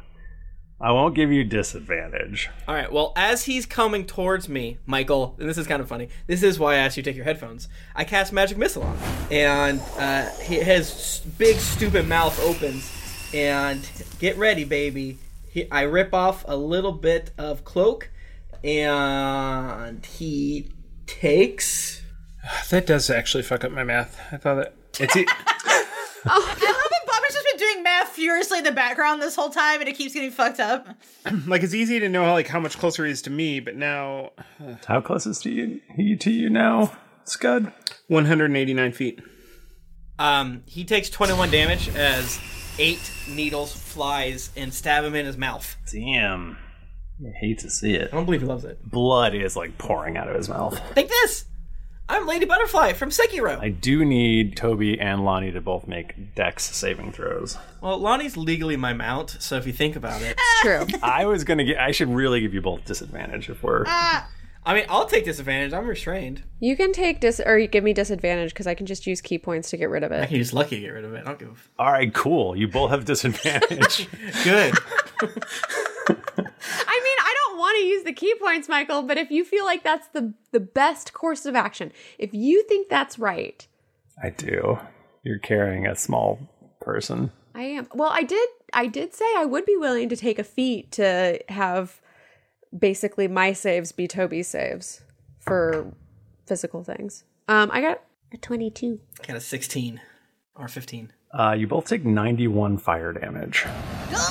Speaker 1: I won't give you disadvantage.
Speaker 5: All right. Well, as he's coming towards me, Michael, and this is kind of funny. This is why I asked you to take your headphones. I cast magic missile on, him, and uh, he- his s- big stupid mouth opens, and get ready, baby. He, I rip off a little bit of cloak, and he takes.
Speaker 13: That does actually fuck up my math. I thought that it's e-
Speaker 2: Oh, I love that Bobby's just been doing math furiously in the background this whole time, and it keeps getting fucked up.
Speaker 6: like it's easy to know like how much closer he is to me, but now uh,
Speaker 1: how close is to you he to you now, Scud?
Speaker 6: One hundred and eighty nine feet.
Speaker 5: Um, he takes 21 damage as eight needles flies and stab him in his mouth.
Speaker 1: Damn. I hate to see it. I
Speaker 5: don't believe he loves it.
Speaker 1: Blood is like pouring out of his mouth.
Speaker 5: Take this. I'm Lady Butterfly from Sekiro.
Speaker 1: I do need Toby and Lonnie to both make dex saving throws.
Speaker 5: Well, Lonnie's legally my mount, so if you think about it,
Speaker 3: True.
Speaker 1: I was gonna get. I should really give you both disadvantage if we're.
Speaker 5: I mean, I'll take disadvantage. I'm restrained.
Speaker 3: You can take dis or you give me disadvantage because I can just use key points to get rid of it.
Speaker 5: I can use lucky to get rid of it. I don't give a f-
Speaker 1: All right, cool. You both have disadvantage.
Speaker 5: Good.
Speaker 3: I mean, I don't want to use the key points, Michael, but if you feel like that's the the best course of action, if you think that's right,
Speaker 1: I do. You're carrying a small person.
Speaker 3: I am. Well, I did I did say I would be willing to take a feat to have basically my saves be Toby's saves for physical things. Um I got a 22.
Speaker 5: I got a 16 or 15.
Speaker 1: Uh, you both take 91 fire damage.
Speaker 5: Oh!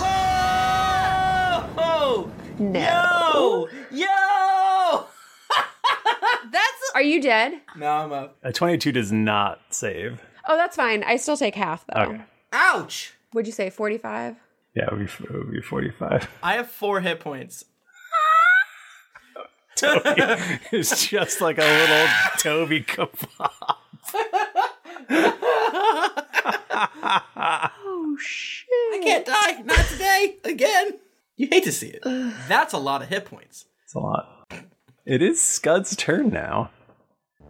Speaker 3: No.
Speaker 5: Yo! Yo!
Speaker 3: That's Are you dead?
Speaker 5: No, I'm up.
Speaker 1: A 22 does not save.
Speaker 3: Oh, that's fine. I still take half though.
Speaker 1: Okay.
Speaker 5: Ouch!
Speaker 3: Would you say 45?
Speaker 1: Yeah, it would be, it would be 45.
Speaker 5: I have four hit points.
Speaker 1: it's just like a little Toby kebab.
Speaker 5: oh
Speaker 3: shit!
Speaker 5: I can't die. Not today. Again. You hate to see it. That's a lot of hit points.
Speaker 1: It's a lot. It is Scud's turn now.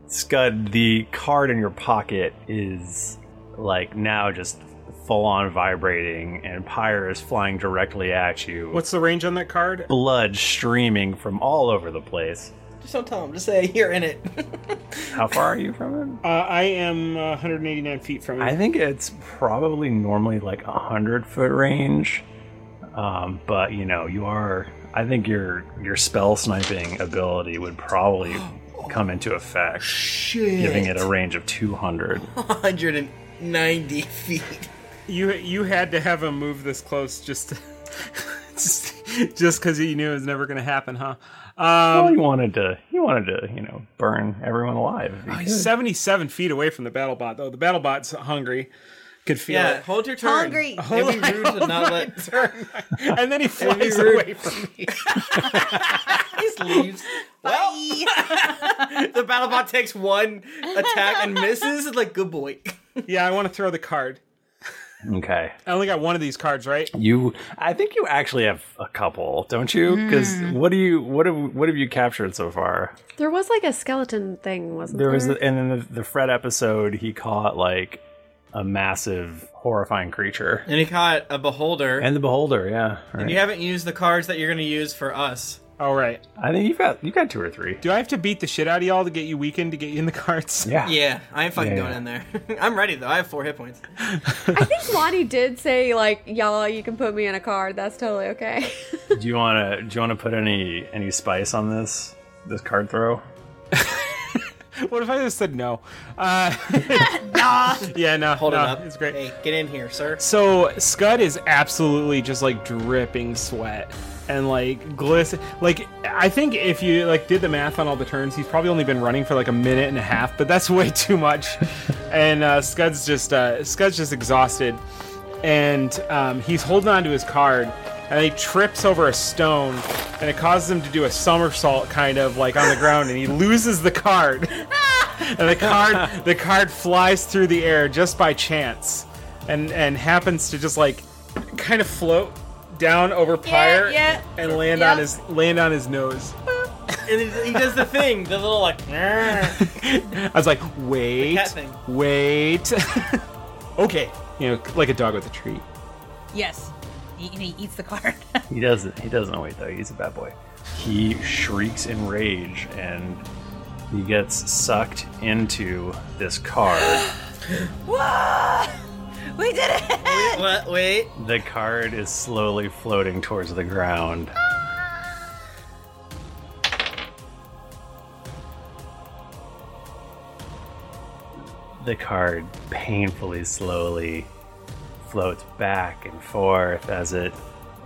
Speaker 1: Scud, the card in your pocket is like now just full on vibrating, and Pyre is flying directly at you.
Speaker 6: What's the range on that card?
Speaker 1: blood streaming from all over the place?
Speaker 5: Just don't tell him. Just say you're in it.
Speaker 1: How far are you from
Speaker 6: Uh, I am uh, 189 feet from
Speaker 1: it?
Speaker 6: him.
Speaker 1: I think it's probably normally like a hundred foot range, um, but you know you are. I think your your spell sniping ability would probably come into effect, giving it a range of two hundred.
Speaker 5: 190 feet.
Speaker 6: You you had to have him move this close just to, just just because you knew it was never going to happen, huh?
Speaker 1: well,
Speaker 6: Um,
Speaker 1: he wanted to. He wanted to. You know, burn everyone alive. if he
Speaker 6: oh,
Speaker 1: could.
Speaker 6: he's 77 feet away from the battle bot, though. The battle bot's hungry. Could feel
Speaker 5: Yeah,
Speaker 6: it.
Speaker 5: hold your turn.
Speaker 2: Hungry.
Speaker 6: Hold
Speaker 5: It'd be
Speaker 6: my-
Speaker 5: rude to
Speaker 6: hold
Speaker 5: not
Speaker 6: my
Speaker 5: let-
Speaker 6: turn. and then he
Speaker 5: It'd be
Speaker 6: flies
Speaker 5: rude.
Speaker 6: away from me.
Speaker 5: Just leaves. Well, the battle bot takes one attack and misses. It's like, good boy.
Speaker 6: Yeah, I want to throw the card.
Speaker 1: Okay.
Speaker 6: I only got one of these cards, right?
Speaker 1: You, I think you actually have a couple, don't you? Because
Speaker 3: Mm.
Speaker 1: what do you, what have, what have you captured so far?
Speaker 3: There was like a skeleton thing, wasn't there?
Speaker 1: There was, the, and then the, the Fred episode, he caught like a massive, horrifying creature,
Speaker 5: And he caught a beholder.
Speaker 1: and the Beholder, yeah.
Speaker 5: And you
Speaker 1: right.
Speaker 5: haven't used the cards that you're going to use for us.
Speaker 6: All right.
Speaker 1: I think you've got you got two or three.
Speaker 6: Do I have to beat the shit out of y'all to get you weakened to get you in the cards?
Speaker 1: Yeah.
Speaker 5: Yeah, I ain't fucking
Speaker 6: Yeah,
Speaker 5: going
Speaker 6: yeah.
Speaker 5: in there. I'm ready though. I have four hit points.
Speaker 3: I think Lonnie did say like, y'all, you can put me in a card. That's totally okay.
Speaker 1: do you want to, do you want to put any, any spice on this, this card throw?
Speaker 6: What if I just said no? Uh, yeah, no.
Speaker 5: Hold
Speaker 6: no,
Speaker 5: it up.
Speaker 6: It's great.
Speaker 5: Hey, get in here, sir.
Speaker 6: So Scud is absolutely just like dripping sweat and like glisten. Like I think if you like did the math on all the turns, he's probably only been running for like a minute and a half, but that's way too much. and uh, Scud's just uh, Scud's just exhausted, and um, he's holding on to his card. And he trips over a stone, and it causes him to do a somersault, kind of like on the ground, and he loses the card. and the card the card flies through the air just by chance and and happens to just like kind of float down over Pyre
Speaker 2: yeah.
Speaker 6: and land
Speaker 2: Yeah.
Speaker 6: on his land on his nose.
Speaker 5: And he- he does the thing, the little like. "Grr."
Speaker 6: I was like, wait,
Speaker 5: cat thing.
Speaker 6: wait, okay, you know, like a dog with a treat.
Speaker 2: Yes. He, he eats the card.
Speaker 1: He doesn't. He doesn't wait though. He's a bad boy. He shrieks in rage and he gets sucked into this card.
Speaker 2: Whoa! We did it!
Speaker 5: What? Wait.
Speaker 1: the card is slowly floating towards the ground. The card painfully slowly floats back and forth as it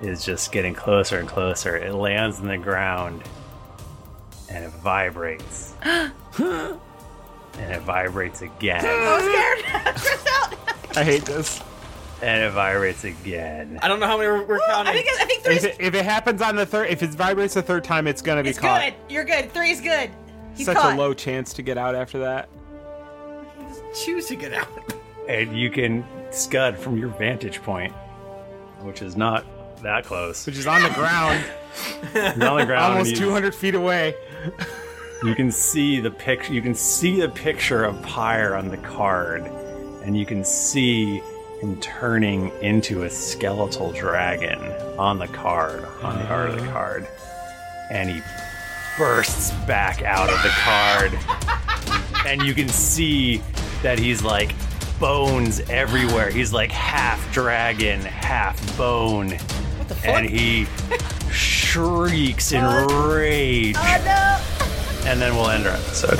Speaker 1: is just getting closer and closer. It lands in the ground and it vibrates. and it vibrates again.
Speaker 2: I'm Oh, scared.
Speaker 6: I hate this.
Speaker 1: And it vibrates again.
Speaker 5: I don't know how many we're, we're counting.
Speaker 2: I think I think
Speaker 6: If
Speaker 2: three's
Speaker 6: it, if it happens on the third, if it vibrates the third time, it's gonna be caught.
Speaker 2: good. You're good. Three's good. He's
Speaker 6: Such
Speaker 2: caught.
Speaker 6: a low chance to get out after that.
Speaker 5: Choose to get out.
Speaker 1: and you can scud from your vantage point, which is not that close. Which
Speaker 6: is on the ground.
Speaker 1: on the ground.
Speaker 6: Almost
Speaker 1: you,
Speaker 6: 200 feet away.
Speaker 1: You can see the picture. You can see the picture of Pyre on the card, and you can see him turning into a skeletal dragon on the card, on the art of the card, and he bursts back out of the card and you can see that he's like bones everywhere. He's like half dragon, half bone. What the fuck? And he shrieks in rage. And then we'll end our episode.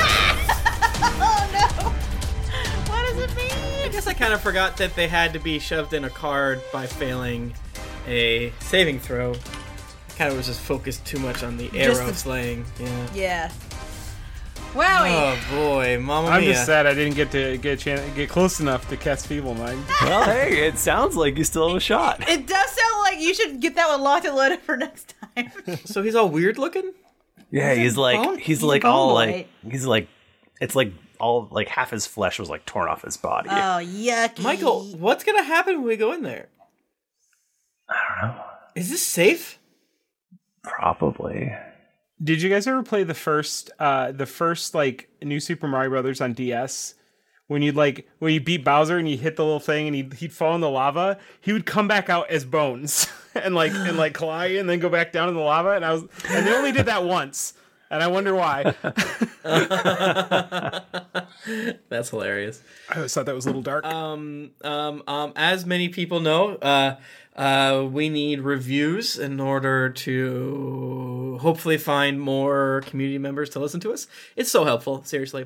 Speaker 2: What does it mean?
Speaker 5: I guess I kind of forgot that they had to be shoved in a card by failing a saving throw. I kind of was just focused too much on the
Speaker 2: Just
Speaker 5: arrow
Speaker 2: the-
Speaker 5: slaying. Yeah.
Speaker 2: Yeah. Wowie.
Speaker 5: Oh boy, mama
Speaker 6: I'm
Speaker 5: mia.
Speaker 6: just sad I didn't get to get a chance, get close enough to cast Feeble Mind.
Speaker 1: well, hey, it sounds like you still have a shot.
Speaker 2: It does sound like you should get that one locked and loaded for next time.
Speaker 5: So he's all weird looking.
Speaker 1: Yeah, he's like
Speaker 2: bone-
Speaker 1: he's,
Speaker 2: he's a
Speaker 1: like
Speaker 2: bone
Speaker 1: all
Speaker 2: boy.
Speaker 1: like he's like it's like all like half his flesh was like torn off his body.
Speaker 2: Oh, yucky.
Speaker 5: Michael, what's gonna happen when we go in there?
Speaker 2: Uh,
Speaker 5: I don't know. Is this safe?
Speaker 1: Probably.
Speaker 6: Did you guys ever play the first, uh, the first like new Super Mario Brothers on DS? When you'd like, when you beat Bowser and you hit the little thing and he'd, he'd fall in the lava, he would come back out as bones and like, and like collide and then go back down in the lava. And I was, and they only did that once. And I wonder why.
Speaker 5: That's hilarious.
Speaker 6: I always thought that was a little dark.
Speaker 5: Um, um, um, as many people know, uh, uh, we need reviews in order to hopefully find more community members to listen to us. It's so helpful, seriously.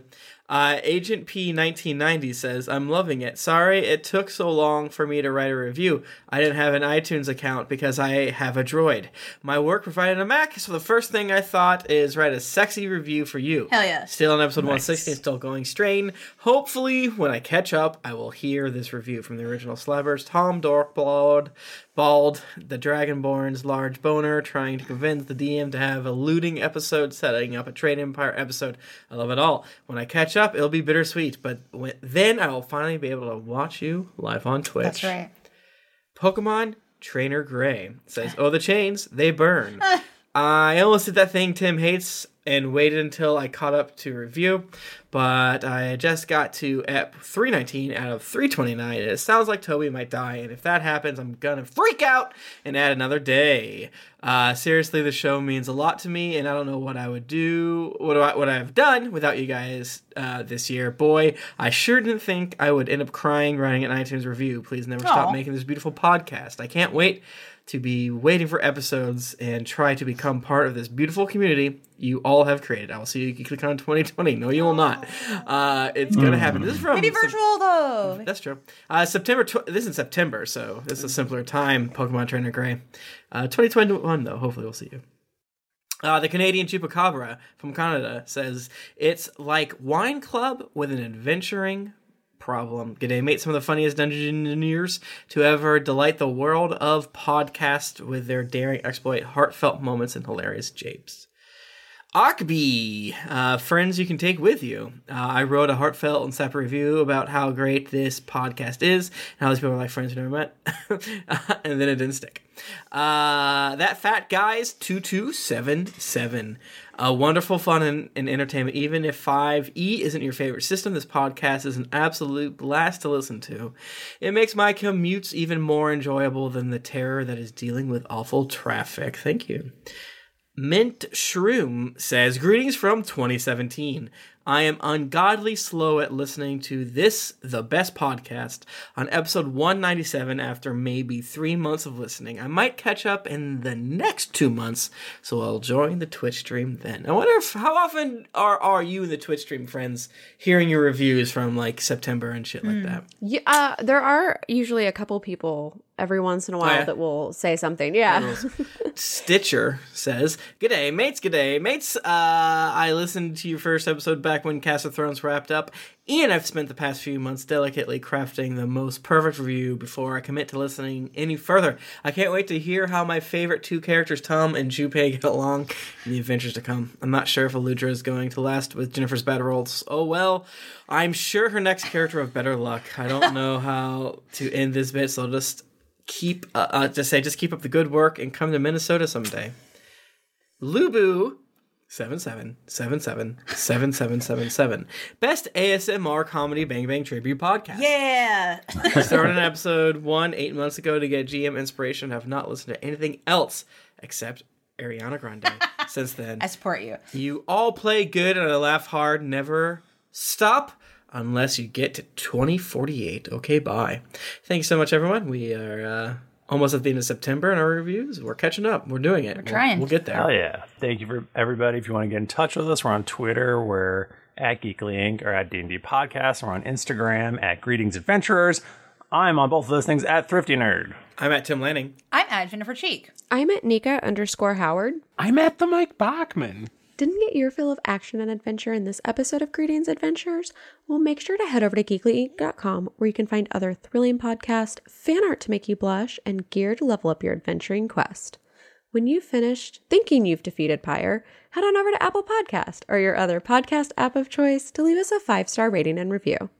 Speaker 5: Uh, Agent P1990 says, I'm loving it. Sorry it took so long for me to write a review. I didn't have an iTunes account because I have a droid. My work provided a Mac, so the first thing I thought is write a sexy review for you.
Speaker 2: Hell yeah.
Speaker 5: Still on episode 160, it's still going strain. Hopefully, when I catch up, I will hear this review from the original Slavers. Tom Dorkbald, Bald, the Dragonborn's large boner, trying to convince the DM to have a looting episode, setting up a trade empire episode. I love it all. When I catch up, it'll be bittersweet, but when, then I will finally be able to watch you live on Twitch.
Speaker 2: That's right.
Speaker 5: Pokemon Trainer Gray says, Oh, the chains, they burn. I almost did that thing Tim hates and waited until I caught up to review, but I just got to at 319 out of 329, and it sounds like Toby might die, and if that happens, I'm gonna freak out and add another day. Uh, seriously, the show means a lot to me, and I don't know what I would do, what I, what I've done without you guys uh, this year. Boy, I sure didn't think I would end up crying writing an iTunes review. Please never
Speaker 2: Aw.
Speaker 5: stop making making this beautiful podcast. I can't wait to be waiting for episodes and try to become part of this beautiful community you all have created. I will see you click on 2020. No, you will not. Uh, it's gonna happen. This is from
Speaker 2: Maybe virtual, though.
Speaker 5: that's true. Uh, September. Tw- this is September, so this is a simpler time. Pokemon Trainer Gray, uh, 2021 though. Hopefully, we'll see you. Uh, the Canadian Chupacabra from Canada says it's like wine club with an adventuring problem. G'day, mate. Some of the funniest dungeon engineers to ever delight the world of podcast with their daring exploit, heartfelt moments, and hilarious japes. Akbi, uh, friends you can take with you. Uh, I wrote a heartfelt and separate review about how great this podcast is and how these people are like friends we never met. and then it didn't stick. Uh, that fat guy's 2277. A wonderful, fun, and, and entertainment. Even if 5e isn't your favorite system, this podcast is an absolute blast to listen to. It makes my commutes even more enjoyable than the terror that is dealing with awful traffic. Thank you. Mint Shroom says, Greetings from 2017. I am ungodly slow at listening to this, the best podcast, on episode 197 after maybe three months of listening. I might catch up in the next two months, so I'll join the Twitch stream then. I wonder if, how often are, are you and the Twitch stream friends hearing your reviews from like September and shit
Speaker 3: Hmm.
Speaker 5: like that?
Speaker 3: Yeah, uh, there are usually a couple people every once in a while
Speaker 5: Oh, yeah.
Speaker 3: that will say something. Yeah.
Speaker 5: Stitcher says, G'day, mates, g'day, mates. Uh, I listened to your first episode back when Cast of Thrones wrapped up, and I've spent the past few months delicately crafting the most perfect review before I commit to listening any further. I can't wait to hear how my favorite two characters, Tom and Junpei, get along in the adventures to come. I'm not sure if Aludra is going to last with Jennifer's battle rolls. Oh well, I'm sure her next character of better luck. I don't know how to end this bit, so I'll just keep uh, uh, just say just keep up the good work and come to Minnesota someday. Lubu seven seven seven seven seven seven seven seven best ASMR comedy Bang Bang tribute podcast.
Speaker 2: Yeah.
Speaker 5: I started an episode one eight months ago to get GM inspiration. Have not listened to anything else except Ariana Grande since then.
Speaker 2: I support you.
Speaker 5: You all play good and I laugh hard. Never stop unless you get to 2048. Okay, bye. Thanks so much, everyone. We are uh, almost at the end of September in our reviews. We're catching up. We're doing it. We're
Speaker 2: trying.
Speaker 5: We'll get there.
Speaker 1: Hell Oh, yeah. Thank you for everybody. If you want to get in touch with us, we're on Twitter. We're at Geekly Inc. or at D&D Podcast. We're on Instagram at Greetings Adventurers. I'm on both of those things at Thrifty Nerd.
Speaker 5: I'm at Tim Lanning.
Speaker 2: I'm at Jennifer Cheek.
Speaker 3: I'm at Nika underscore Howard.
Speaker 6: I'm at the Mike Bachman.
Speaker 3: Didn't get your fill of action and adventure in this episode of Greetings Adventures? Well, make sure to head over to geeklyinc.com where you can find other thrilling podcasts, fan art to make you blush, and gear to level up your adventuring quest. When you've finished thinking you've defeated Pyre, head on over to Apple Podcast or your other podcast app of choice to leave us a five-star rating and review.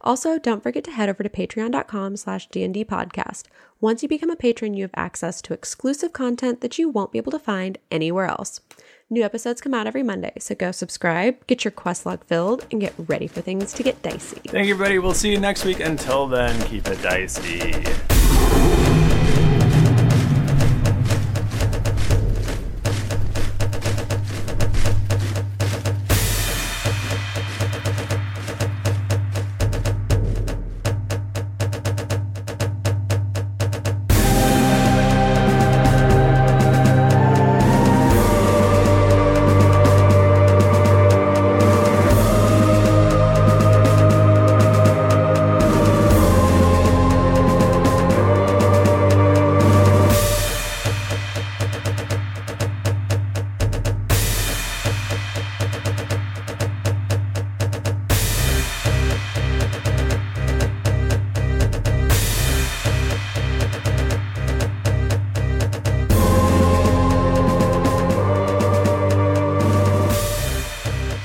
Speaker 3: Also, don't forget to head over to patreon.com slash D&D podcast. Once you become a patron, you have access to exclusive content that you won't be able to find anywhere else. New episodes come out every Monday, so go subscribe, get your quest log filled, and get ready for things to get dicey.
Speaker 1: Thank you, everybody. We'll see you next week. Until then, keep it dicey.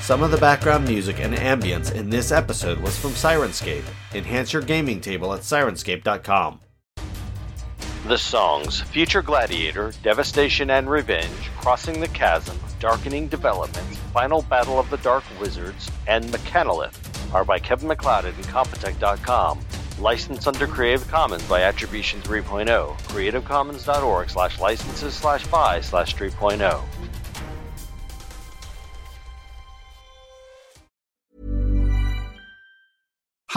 Speaker 14: Some of the background music and ambience in this episode was from Sirenscape. Enhance your gaming table at sirenscape.com.
Speaker 8: The songs Future Gladiator, Devastation and Revenge, Crossing the Chasm, Darkening Developments, Final Battle of the Dark Wizards, and Mechanolith are by Kevin McLeod at Incompetech.com. Licensed under Creative Commons by Attribution oh. 3.0. CreativeCommons.org slash licenses slash buy slash oh. 3.0.